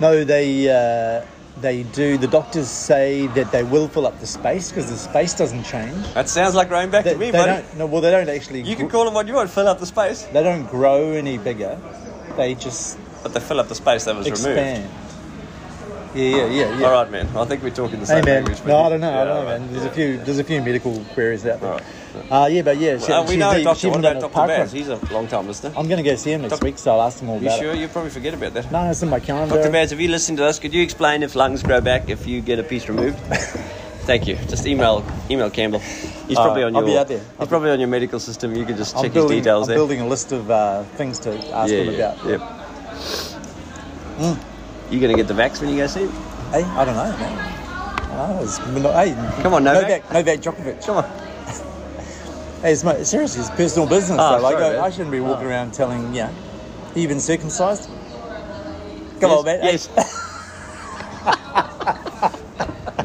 [SPEAKER 3] No, they uh, they do. The doctors say that they will fill up the space because the space doesn't change.
[SPEAKER 2] That sounds like growing back
[SPEAKER 3] They,
[SPEAKER 2] to me,
[SPEAKER 3] they
[SPEAKER 2] buddy.
[SPEAKER 3] don't. No, well, they don't actually.
[SPEAKER 2] You can
[SPEAKER 3] gr-
[SPEAKER 2] call them what you want. Fill up the space,
[SPEAKER 3] They don't grow any bigger. They just
[SPEAKER 2] but they fill up the space that was removed.
[SPEAKER 3] expand. Yeah, yeah, yeah, yeah.
[SPEAKER 2] All right, man. I think we're talking the
[SPEAKER 3] Hey
[SPEAKER 2] same
[SPEAKER 3] man,
[SPEAKER 2] language.
[SPEAKER 3] no,
[SPEAKER 2] but-
[SPEAKER 3] I don't know,
[SPEAKER 2] Yeah,
[SPEAKER 3] I don't
[SPEAKER 2] all
[SPEAKER 3] know,
[SPEAKER 2] right.
[SPEAKER 3] man. There's
[SPEAKER 2] Yeah.
[SPEAKER 3] a few, there's a few medical queries out there.
[SPEAKER 2] All right.
[SPEAKER 3] Uh, yeah, but yeah, she,
[SPEAKER 2] Well, we
[SPEAKER 3] she's
[SPEAKER 2] know
[SPEAKER 3] even- she's
[SPEAKER 2] Doctor.
[SPEAKER 3] even
[SPEAKER 2] What
[SPEAKER 3] done
[SPEAKER 2] about
[SPEAKER 3] a
[SPEAKER 2] Doctor
[SPEAKER 3] park
[SPEAKER 2] Baz?
[SPEAKER 3] run.
[SPEAKER 2] He's a long-time listener.
[SPEAKER 3] I'm going to go see him next
[SPEAKER 2] Doc-
[SPEAKER 3] week, so I'll ask him all
[SPEAKER 2] You
[SPEAKER 3] about
[SPEAKER 2] sure?
[SPEAKER 3] it.
[SPEAKER 2] You probably forget about that.
[SPEAKER 3] No, it's in my calendar.
[SPEAKER 2] Dr. Baz, if you listen to us, could you explain if lungs grow back if you get a piece removed? Thank you. Just email email Campbell. He's probably on
[SPEAKER 3] I'll
[SPEAKER 2] your
[SPEAKER 3] be out there.
[SPEAKER 2] he's probably on your medical system. You can just check
[SPEAKER 3] I'm building,
[SPEAKER 2] his details
[SPEAKER 3] I'm
[SPEAKER 2] there.
[SPEAKER 3] building a list of uh, things to ask
[SPEAKER 2] yeah,
[SPEAKER 3] him
[SPEAKER 2] yeah,
[SPEAKER 3] about. Mm.
[SPEAKER 2] yeah. You gonna get the vax when you go see him?
[SPEAKER 3] Hey, Eh, I don't know, man. I don't know, it's- no- hey,
[SPEAKER 2] Come on, Novak.
[SPEAKER 3] Novak, Novak Djokovic.
[SPEAKER 2] Come on.
[SPEAKER 3] Hey, it's my, seriously, it's personal business.
[SPEAKER 2] Ah,
[SPEAKER 3] though. Like,
[SPEAKER 2] sorry,
[SPEAKER 3] I,
[SPEAKER 2] man. Ah.
[SPEAKER 3] I shouldn't be walking around telling, you know, you been circumcised? Come on, man.
[SPEAKER 2] Yes. yes.
[SPEAKER 3] Hey,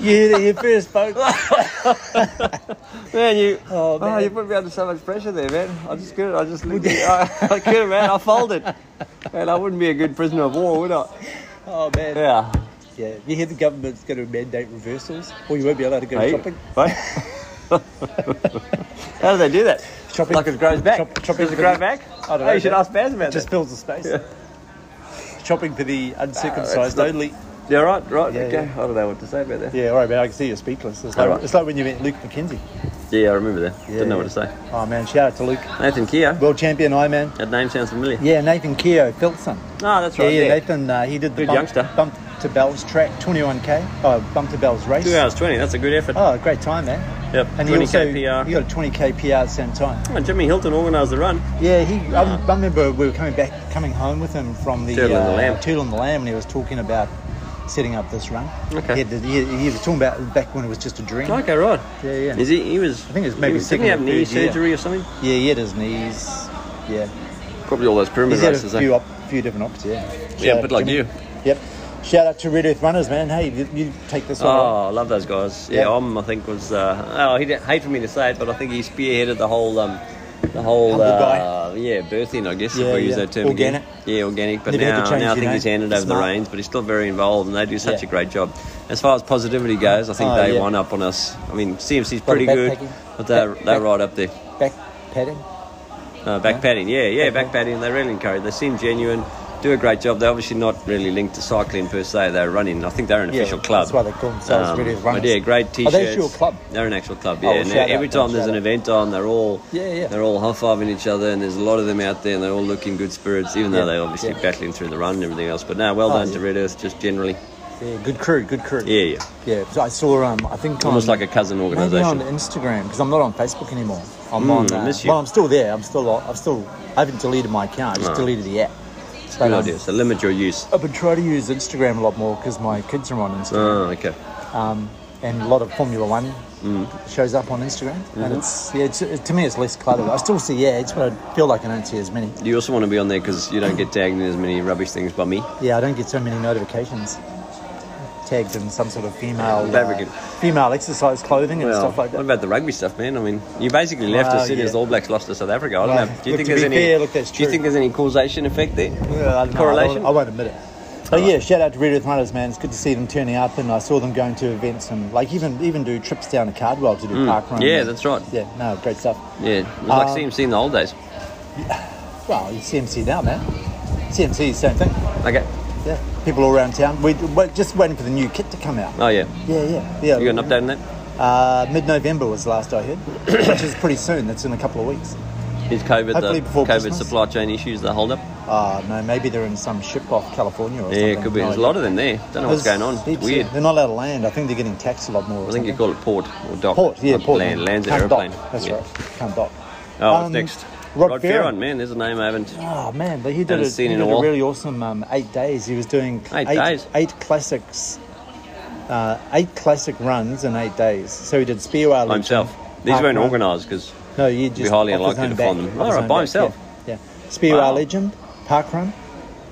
[SPEAKER 3] you heard it here first, folks.
[SPEAKER 2] man, you
[SPEAKER 3] Oh,
[SPEAKER 2] oh,
[SPEAKER 3] man.
[SPEAKER 2] you put me under so much pressure there, man. I just couldn't. I just looked. I, I couldn't, man. I folded, and I wouldn't be a good prisoner of war, would I?
[SPEAKER 3] oh, man. Yeah.
[SPEAKER 2] Yeah.
[SPEAKER 3] You hear the government's going to mandate reversals, or you won't be allowed to go
[SPEAKER 2] Hey.
[SPEAKER 3] shopping.
[SPEAKER 2] Right? How do they do that?
[SPEAKER 3] Chopping-
[SPEAKER 2] like it grows back.
[SPEAKER 3] chop- chopping
[SPEAKER 2] Does it
[SPEAKER 3] for
[SPEAKER 2] grow
[SPEAKER 3] the-
[SPEAKER 2] back?
[SPEAKER 3] I don't
[SPEAKER 2] Hey,
[SPEAKER 3] know,
[SPEAKER 2] you should
[SPEAKER 3] man.
[SPEAKER 2] ask Baz about
[SPEAKER 3] Just
[SPEAKER 2] that.
[SPEAKER 3] fills the space. Chopping for the uncircumcised
[SPEAKER 2] Ah, not-
[SPEAKER 3] only.
[SPEAKER 2] Yeah, right, right,
[SPEAKER 3] Yeah,
[SPEAKER 2] okay.
[SPEAKER 3] yeah.
[SPEAKER 2] I don't know what to say about that.
[SPEAKER 3] Yeah, all right, man. I can see you're speechless. It's like,
[SPEAKER 2] All right.
[SPEAKER 3] it's like when you met Luke McKenzie.
[SPEAKER 2] Yeah, I remember that. Didn't know what to say.
[SPEAKER 3] Oh, man. Shout out to Luke.
[SPEAKER 2] Nathan Keogh.
[SPEAKER 3] World champion Ironman.
[SPEAKER 2] That name sounds familiar.
[SPEAKER 3] Yeah, Nathan Keogh, Filson.
[SPEAKER 2] No, that's
[SPEAKER 3] Yeah,
[SPEAKER 2] right.
[SPEAKER 3] yeah,
[SPEAKER 2] Yeah,
[SPEAKER 3] Nathan, uh, he did the
[SPEAKER 2] Good
[SPEAKER 3] bump,
[SPEAKER 2] youngster.
[SPEAKER 3] bump to Bell's track, 21k, oh, bump to Bell's race.
[SPEAKER 2] Two hours twenty. That's a good effort.
[SPEAKER 3] Oh, great time, man.
[SPEAKER 2] yep.
[SPEAKER 3] And he
[SPEAKER 2] Twenty
[SPEAKER 3] also,
[SPEAKER 2] kpr.
[SPEAKER 3] he got a 20k PR at the same time.
[SPEAKER 2] Come on, Jimmy Hilton organised the run.
[SPEAKER 3] Yeah, he.
[SPEAKER 2] Ah.
[SPEAKER 3] I, I remember we were coming back, coming home with him from the
[SPEAKER 2] Turtle and the Lamb.
[SPEAKER 3] Turtle and the Lamb, and he was talking about setting up this run.
[SPEAKER 2] Okay.
[SPEAKER 3] He, had the- he, he was talking about back when it was just a dream.
[SPEAKER 2] Okay, right.
[SPEAKER 3] Yeah, yeah.
[SPEAKER 2] Is he? He was.
[SPEAKER 3] I think it's maybe
[SPEAKER 2] he was- Didn't he have
[SPEAKER 3] second or
[SPEAKER 2] knee
[SPEAKER 3] third year.
[SPEAKER 2] surgery or something?
[SPEAKER 3] Yeah, he had his knees. Yeah.
[SPEAKER 2] Probably all those pyramid
[SPEAKER 3] He's had
[SPEAKER 2] races.
[SPEAKER 3] a
[SPEAKER 2] eh?
[SPEAKER 3] few, op- few different options, yeah.
[SPEAKER 2] Yeah,
[SPEAKER 3] Shout
[SPEAKER 2] but
[SPEAKER 3] out
[SPEAKER 2] like
[SPEAKER 3] Jimmy.
[SPEAKER 2] you.
[SPEAKER 3] Yep. Shout out to Red Earth Runners, man. Hey, you, you take this one.
[SPEAKER 2] Oh, I love those guys. Yeah,
[SPEAKER 3] Yeah.
[SPEAKER 2] Om, I think was. Uh, oh, he didn't hate for me to say it, but I think he spearheaded the whole, um, the whole,
[SPEAKER 3] Humble
[SPEAKER 2] uh, yeah, birthing. I guess
[SPEAKER 3] Yeah,
[SPEAKER 2] if we use
[SPEAKER 3] yeah.
[SPEAKER 2] that term
[SPEAKER 3] Organic.
[SPEAKER 2] Again. Yeah, organic. But
[SPEAKER 3] Never had to
[SPEAKER 2] now,
[SPEAKER 3] change
[SPEAKER 2] now I
[SPEAKER 3] your
[SPEAKER 2] think he's
[SPEAKER 3] name.
[SPEAKER 2] handed over the
[SPEAKER 3] Smart.
[SPEAKER 2] reins, but he's still very involved, and they do such
[SPEAKER 3] Yeah.
[SPEAKER 2] a great job. As far as positivity goes, I think
[SPEAKER 3] Oh,
[SPEAKER 2] they
[SPEAKER 3] yeah.
[SPEAKER 2] won up on us. I mean, CMC's
[SPEAKER 3] Lot
[SPEAKER 2] pretty
[SPEAKER 3] of
[SPEAKER 2] good,
[SPEAKER 3] backpacking.
[SPEAKER 2] but they're
[SPEAKER 3] Back-
[SPEAKER 2] they're
[SPEAKER 3] back-
[SPEAKER 2] right up there.
[SPEAKER 3] Back padding.
[SPEAKER 2] Uh, back padding, yeah, yeah, back
[SPEAKER 3] Backpadding.
[SPEAKER 2] padding. They really encourage. They seem genuine. do a great job. They're obviously not really linked to cycling per se. They're running. I think they're an
[SPEAKER 3] Yeah,
[SPEAKER 2] official club. Um,
[SPEAKER 3] that's why they call themselves Red Earth Runners.
[SPEAKER 2] But yeah, great
[SPEAKER 3] Are
[SPEAKER 2] t-shirts.
[SPEAKER 3] they actual club?
[SPEAKER 2] They're an actual club.
[SPEAKER 3] Oh,
[SPEAKER 2] Yeah. and
[SPEAKER 3] shout out,
[SPEAKER 2] every time there's
[SPEAKER 3] shout
[SPEAKER 2] an
[SPEAKER 3] out.
[SPEAKER 2] event on, they're all
[SPEAKER 3] Yeah, yeah.
[SPEAKER 2] they're all high fiving each other, and there's a lot of them out there, and they all look in good spirits, even
[SPEAKER 3] Yeah,
[SPEAKER 2] though they're obviously
[SPEAKER 3] yeah.
[SPEAKER 2] battling through the run and everything else. But no, well
[SPEAKER 3] Oh,
[SPEAKER 2] done
[SPEAKER 3] yeah.
[SPEAKER 2] to Red Earth just generally.
[SPEAKER 3] Yeah, good crew, good crew.
[SPEAKER 2] Yeah, yeah.
[SPEAKER 3] Yeah, so I saw, um, I think
[SPEAKER 2] Almost
[SPEAKER 3] on-
[SPEAKER 2] like a cousin
[SPEAKER 3] Maybe on
[SPEAKER 2] organisation.
[SPEAKER 3] Instagram because I'm not on Facebook anymore. I'm
[SPEAKER 2] Mm,
[SPEAKER 3] on.
[SPEAKER 2] I
[SPEAKER 3] Uh,
[SPEAKER 2] miss you.
[SPEAKER 3] Well, I'm still there. I'm still. I- I've still. I haven't deleted my account. I just
[SPEAKER 2] Ah.
[SPEAKER 3] deleted the app. But,
[SPEAKER 2] Good
[SPEAKER 3] um,
[SPEAKER 2] idea. So limit your use.
[SPEAKER 3] I've been trying to use Instagram a lot more because my kids are on Instagram,
[SPEAKER 2] Oh, okay.
[SPEAKER 3] um, and a lot of Formula One
[SPEAKER 2] Mm.
[SPEAKER 3] shows up on Instagram.
[SPEAKER 2] Mm-hmm.
[SPEAKER 3] And it's yeah, it's, it, to me it's less cluttered. I still see ads, but I feel like I don't see as many.
[SPEAKER 2] You also want to be on there because you don't get tagged in as many rubbish things by me.
[SPEAKER 3] Yeah, I don't get so many notifications. Tagged in some sort of female,
[SPEAKER 2] That we
[SPEAKER 3] uh,
[SPEAKER 2] can-
[SPEAKER 3] female exercise clothing and
[SPEAKER 2] Well,
[SPEAKER 3] stuff like that.
[SPEAKER 2] What about the rugby stuff, man? I mean, you basically left
[SPEAKER 3] Well,
[SPEAKER 2] as soon
[SPEAKER 3] yeah.
[SPEAKER 2] as the All Blacks lost to South Africa. I don't
[SPEAKER 3] Well,
[SPEAKER 2] know. Do
[SPEAKER 3] look,
[SPEAKER 2] you
[SPEAKER 3] to
[SPEAKER 2] think
[SPEAKER 3] be
[SPEAKER 2] there's any?
[SPEAKER 3] fair, look, that's
[SPEAKER 2] Do you
[SPEAKER 3] true.
[SPEAKER 2] think there's any causation effect there?
[SPEAKER 3] Yeah, I don't know.
[SPEAKER 2] Correlation?
[SPEAKER 3] I, won't, I won't admit it. But yeah, shout out to Red Earth Runners, man. It's good to see them turning up, and I saw them going to events and like even even do trips down to Cardwell to do park run.
[SPEAKER 2] Mm. Yeah, that's right.
[SPEAKER 3] Yeah, no, great stuff.
[SPEAKER 2] Yeah, it was like
[SPEAKER 3] Um,
[SPEAKER 2] CMC in the old days.
[SPEAKER 3] Well, you CMC now, man. CMC, same thing.
[SPEAKER 2] Okay.
[SPEAKER 3] Yeah, people all around town. We, we're just waiting for the new kit to come out.
[SPEAKER 2] Oh yeah.
[SPEAKER 3] Yeah, yeah, yeah.
[SPEAKER 2] You got an update on that?
[SPEAKER 3] Uh, Mid-November was last I heard, which is pretty soon. That's in a couple of weeks.
[SPEAKER 2] Is COVID
[SPEAKER 3] Hopefully
[SPEAKER 2] the
[SPEAKER 3] before
[SPEAKER 2] COVID
[SPEAKER 3] Christmas.
[SPEAKER 2] supply chain issues the hold up?
[SPEAKER 3] Uh, no, maybe they're in some ship off California or
[SPEAKER 2] Yeah,
[SPEAKER 3] something.
[SPEAKER 2] it could be.
[SPEAKER 3] No
[SPEAKER 2] There's a
[SPEAKER 3] idea.
[SPEAKER 2] lot of them there. Don't know what's
[SPEAKER 3] There's
[SPEAKER 2] going on.
[SPEAKER 3] heaps,
[SPEAKER 2] It's weird.
[SPEAKER 3] yeah. They're not allowed to land. I think they're getting taxed a lot more. or
[SPEAKER 2] I think you
[SPEAKER 3] something.
[SPEAKER 2] call it port or dock.
[SPEAKER 3] Port, yeah,
[SPEAKER 2] Not
[SPEAKER 3] port.
[SPEAKER 2] Land, land's an
[SPEAKER 3] Can't
[SPEAKER 2] aeroplane.
[SPEAKER 3] dock, That's
[SPEAKER 2] Yeah.
[SPEAKER 3] right. Can't dock.
[SPEAKER 2] Oh, what's
[SPEAKER 3] Um,
[SPEAKER 2] next?
[SPEAKER 3] Rod Ferron.
[SPEAKER 2] Ferron, man. There's a name I haven't.
[SPEAKER 3] Oh man, but he did,
[SPEAKER 2] Haven't
[SPEAKER 3] a,
[SPEAKER 2] seen
[SPEAKER 3] he
[SPEAKER 2] in
[SPEAKER 3] did
[SPEAKER 2] a
[SPEAKER 3] a,
[SPEAKER 2] while.
[SPEAKER 3] really awesome um, eight days. He was doing
[SPEAKER 2] Eight days?
[SPEAKER 3] eight classics, uh, eight classic runs in eight days. So he did spear
[SPEAKER 2] By himself. These
[SPEAKER 3] Park
[SPEAKER 2] weren't
[SPEAKER 3] run.
[SPEAKER 2] organised because
[SPEAKER 3] No, you
[SPEAKER 2] be
[SPEAKER 3] just
[SPEAKER 2] highly
[SPEAKER 3] off his
[SPEAKER 2] unlikely
[SPEAKER 3] own
[SPEAKER 2] to
[SPEAKER 3] back,
[SPEAKER 2] find them.
[SPEAKER 3] off
[SPEAKER 2] All
[SPEAKER 3] his
[SPEAKER 2] right,
[SPEAKER 3] own
[SPEAKER 2] by
[SPEAKER 3] back,
[SPEAKER 2] himself.
[SPEAKER 3] Yeah, yeah. Spear
[SPEAKER 2] Wow.
[SPEAKER 3] legend, park run.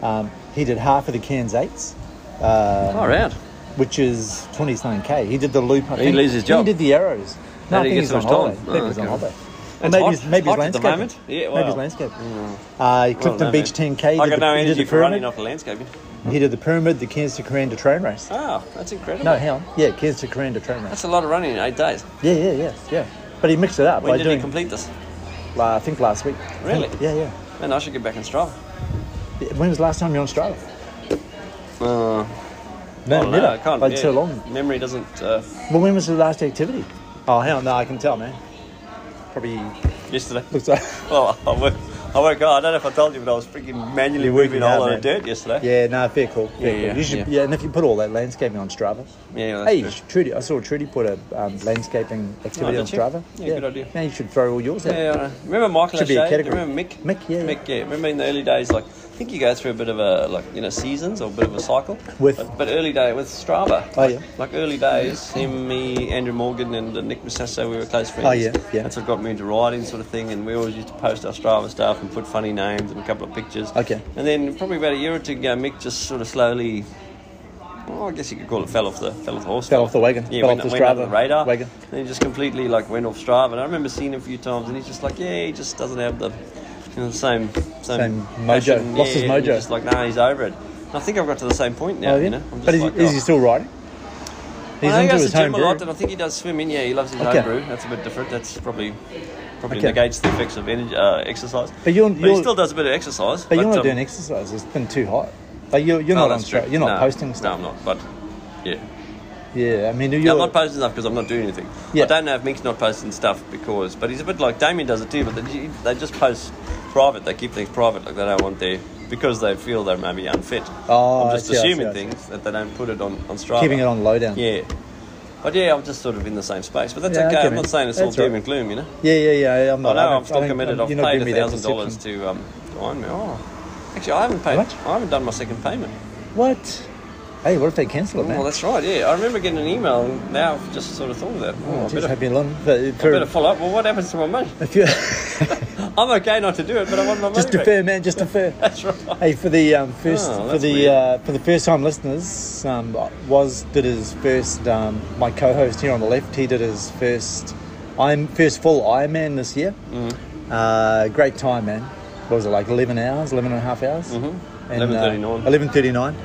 [SPEAKER 3] Um, he did half of the Cairns eights. Uh,
[SPEAKER 2] far out.
[SPEAKER 3] which is 29k. He did the loop. I
[SPEAKER 2] He
[SPEAKER 3] think.
[SPEAKER 2] lose his job?
[SPEAKER 3] He did the arrows.
[SPEAKER 2] How
[SPEAKER 3] No, I
[SPEAKER 2] did
[SPEAKER 3] think
[SPEAKER 2] he get
[SPEAKER 3] he's
[SPEAKER 2] so
[SPEAKER 3] on
[SPEAKER 2] much time?
[SPEAKER 3] holiday. I think
[SPEAKER 2] Oh,
[SPEAKER 3] he's on
[SPEAKER 2] okay.
[SPEAKER 3] holiday.
[SPEAKER 2] It's
[SPEAKER 3] maybe
[SPEAKER 2] hot-
[SPEAKER 3] he's, maybe
[SPEAKER 2] hot
[SPEAKER 3] he's
[SPEAKER 2] at the
[SPEAKER 3] landscaping.
[SPEAKER 2] moment. Yeah, Mm.
[SPEAKER 3] Maybe
[SPEAKER 2] wow.
[SPEAKER 3] he's landscaping. Uh, Clifton
[SPEAKER 2] know,
[SPEAKER 3] Beach 10k. He
[SPEAKER 2] I
[SPEAKER 3] did
[SPEAKER 2] got
[SPEAKER 3] the-
[SPEAKER 2] no
[SPEAKER 3] he did
[SPEAKER 2] energy
[SPEAKER 3] the
[SPEAKER 2] for running
[SPEAKER 3] pyramid.
[SPEAKER 2] off the landscaping.
[SPEAKER 3] He did the pyramid, the Cairns to Coranda train race.
[SPEAKER 2] Ah, that's incredible.
[SPEAKER 3] No, hang on. Yeah, Cairns to Coranda train race.
[SPEAKER 2] That's a lot of running in eight days.
[SPEAKER 3] Yeah, yeah, yeah, yeah. But he mixed it up
[SPEAKER 2] When
[SPEAKER 3] by
[SPEAKER 2] did
[SPEAKER 3] doing,
[SPEAKER 2] he complete this?
[SPEAKER 3] uh, I think last week.
[SPEAKER 2] Really?
[SPEAKER 3] Yeah, yeah.
[SPEAKER 2] Man, I should get back and Strava.
[SPEAKER 3] When was the last time you were on Strava?
[SPEAKER 2] Uh,
[SPEAKER 3] No,
[SPEAKER 2] I don't know,
[SPEAKER 3] never.
[SPEAKER 2] Oh, I can't.
[SPEAKER 3] Like
[SPEAKER 2] yeah.
[SPEAKER 3] so long.
[SPEAKER 2] Memory doesn't. Uh,
[SPEAKER 3] Well, when was the last activity? Oh, hang on. No, I can tell, man. Probably
[SPEAKER 2] yesterday.
[SPEAKER 3] looks like.
[SPEAKER 2] Well, I woke, I woke up. I don't know if I told you, but I was freaking manually moving a
[SPEAKER 3] out,
[SPEAKER 2] whole lot of
[SPEAKER 3] man.
[SPEAKER 2] dirt yesterday.
[SPEAKER 3] Yeah, no, fair call. Fair
[SPEAKER 2] Yeah,
[SPEAKER 3] call.
[SPEAKER 2] yeah,
[SPEAKER 3] you should,
[SPEAKER 2] yeah.
[SPEAKER 3] yeah. and if you put all that landscaping on Strava.
[SPEAKER 2] Yeah, well, that's
[SPEAKER 3] Hey,
[SPEAKER 2] good.
[SPEAKER 3] Trudy, I saw Trudy put a um, landscaping activity
[SPEAKER 2] Oh,
[SPEAKER 3] on
[SPEAKER 2] did you?
[SPEAKER 3] Strava.
[SPEAKER 2] Yeah, good idea.
[SPEAKER 3] Now you should throw all yours out.
[SPEAKER 2] Yeah, I know. remember Michael
[SPEAKER 3] Should be a
[SPEAKER 2] O'Shea? Do you
[SPEAKER 3] category.
[SPEAKER 2] remember Mick?
[SPEAKER 3] Mick, yeah.
[SPEAKER 2] Mick, yeah. Remember in the early days, like, I think you go through a bit of a, like, you know, seasons or a bit of a cycle.
[SPEAKER 3] With-
[SPEAKER 2] But, but early day, with Strava.
[SPEAKER 3] Oh, yeah.
[SPEAKER 2] Like, early days, him, me, Andrew Morgan and uh, Nick Massasso, we were close friends.
[SPEAKER 3] Oh, yeah, yeah.
[SPEAKER 2] That's what got me into riding sort of thing, and we always used to post our Strava stuff and put funny names and a couple of pictures.
[SPEAKER 3] Okay.
[SPEAKER 2] And then probably about a year or two ago, Mick just sort of slowly... Well, I guess you could call it fell off the fell off the horse.
[SPEAKER 3] Fell off the wagon,
[SPEAKER 2] Yeah,
[SPEAKER 3] fell
[SPEAKER 2] went,
[SPEAKER 3] off the
[SPEAKER 2] went under
[SPEAKER 3] Strava
[SPEAKER 2] the radar.
[SPEAKER 3] wagon.
[SPEAKER 2] And he just completely like went off Strava. And I remember seeing him a few times, and he's just like, yeah, he just doesn't have the, you know, the same same,
[SPEAKER 3] Same mojo.
[SPEAKER 2] passion.
[SPEAKER 3] Lost his
[SPEAKER 2] Yeah, and
[SPEAKER 3] mojo.
[SPEAKER 2] you're Just like, nah, he's over it. And I think I've got to the same point now.
[SPEAKER 3] Oh,
[SPEAKER 2] You
[SPEAKER 3] yeah.
[SPEAKER 2] know, I'm just
[SPEAKER 3] but is,
[SPEAKER 2] like,
[SPEAKER 3] he, is
[SPEAKER 2] oh.
[SPEAKER 3] he still riding? He's
[SPEAKER 2] I know he
[SPEAKER 3] into
[SPEAKER 2] goes
[SPEAKER 3] his
[SPEAKER 2] to the gym
[SPEAKER 3] home
[SPEAKER 2] a lot,
[SPEAKER 3] brew.
[SPEAKER 2] and I think he does swimming. Yeah, he loves his
[SPEAKER 3] Okay.
[SPEAKER 2] home brew. That's a bit different. That's probably probably
[SPEAKER 3] Okay.
[SPEAKER 2] negates the effects of energy, uh, exercise.
[SPEAKER 3] But you're-
[SPEAKER 2] he
[SPEAKER 3] you're-
[SPEAKER 2] still does a bit of exercise.
[SPEAKER 3] But you're not
[SPEAKER 2] um,
[SPEAKER 3] doing exercise. It's been too hot. Like you're, you're not
[SPEAKER 2] no,
[SPEAKER 3] on
[SPEAKER 2] that's true.
[SPEAKER 3] Strava. You're not
[SPEAKER 2] No,
[SPEAKER 3] posting stuff.
[SPEAKER 2] No, I'm not. But yeah.
[SPEAKER 3] Yeah, I mean, you're.
[SPEAKER 2] Yeah, I'm not posting stuff because I'm not doing anything.
[SPEAKER 3] Yeah.
[SPEAKER 2] I don't know if Mick's not posting stuff because, but he's a bit like Damien does it too. But they, they just post private. They keep things private, like they don't want their because they feel they may be unfit.
[SPEAKER 3] Oh,
[SPEAKER 2] I'm
[SPEAKER 3] I
[SPEAKER 2] just
[SPEAKER 3] see, I see,
[SPEAKER 2] assuming
[SPEAKER 3] I see.
[SPEAKER 2] things that they don't put it on on Strava.
[SPEAKER 3] keeping it on lowdown.
[SPEAKER 2] uh, Yeah, but yeah, I'm just sort of in the same space. But that's
[SPEAKER 3] Yeah,
[SPEAKER 2] okay.
[SPEAKER 3] okay,
[SPEAKER 2] I'm
[SPEAKER 3] man.
[SPEAKER 2] not saying it's all
[SPEAKER 3] That's
[SPEAKER 2] doom
[SPEAKER 3] right.
[SPEAKER 2] and gloom, you know.
[SPEAKER 3] yeah, yeah. yeah I'm
[SPEAKER 2] I
[SPEAKER 3] not.
[SPEAKER 2] know
[SPEAKER 3] don't-
[SPEAKER 2] Oh, I'm still
[SPEAKER 3] don't- I'm-
[SPEAKER 2] committed. I've
[SPEAKER 3] you're not
[SPEAKER 2] paid
[SPEAKER 3] giving me
[SPEAKER 2] a
[SPEAKER 3] that
[SPEAKER 2] thousand dollars
[SPEAKER 3] perception.
[SPEAKER 2] to um, Iron Man. Oh, actually, I haven't paid.
[SPEAKER 3] much?
[SPEAKER 2] I haven't done my second payment.
[SPEAKER 3] What? Hey, what if they cancel it, man?
[SPEAKER 2] Oh, Well, that's right. Yeah, I remember getting an email. and Now I've just sort of thought of that. Oh, I
[SPEAKER 3] Jeez,
[SPEAKER 2] better
[SPEAKER 3] hope you're long. But for-
[SPEAKER 2] Better follow up. Well, what happens to my money?
[SPEAKER 3] if you
[SPEAKER 2] I'm okay not to do it, but I want my money
[SPEAKER 3] just
[SPEAKER 2] back.
[SPEAKER 3] defer, man, just defer.
[SPEAKER 2] That's right.
[SPEAKER 3] Hey, for the um, first
[SPEAKER 2] Oh,
[SPEAKER 3] for
[SPEAKER 2] that's
[SPEAKER 3] the
[SPEAKER 2] weird.
[SPEAKER 3] uh, for the first time listeners, um, was did his first. Um, my co-host here on the left, he did his first. I'm first full Ironman this year. Uh, great time, man. What was it like? Eleven hours, 11 and a half hours. Mm-hmm.
[SPEAKER 2] 11:39.
[SPEAKER 3] Eleven thirty-nine.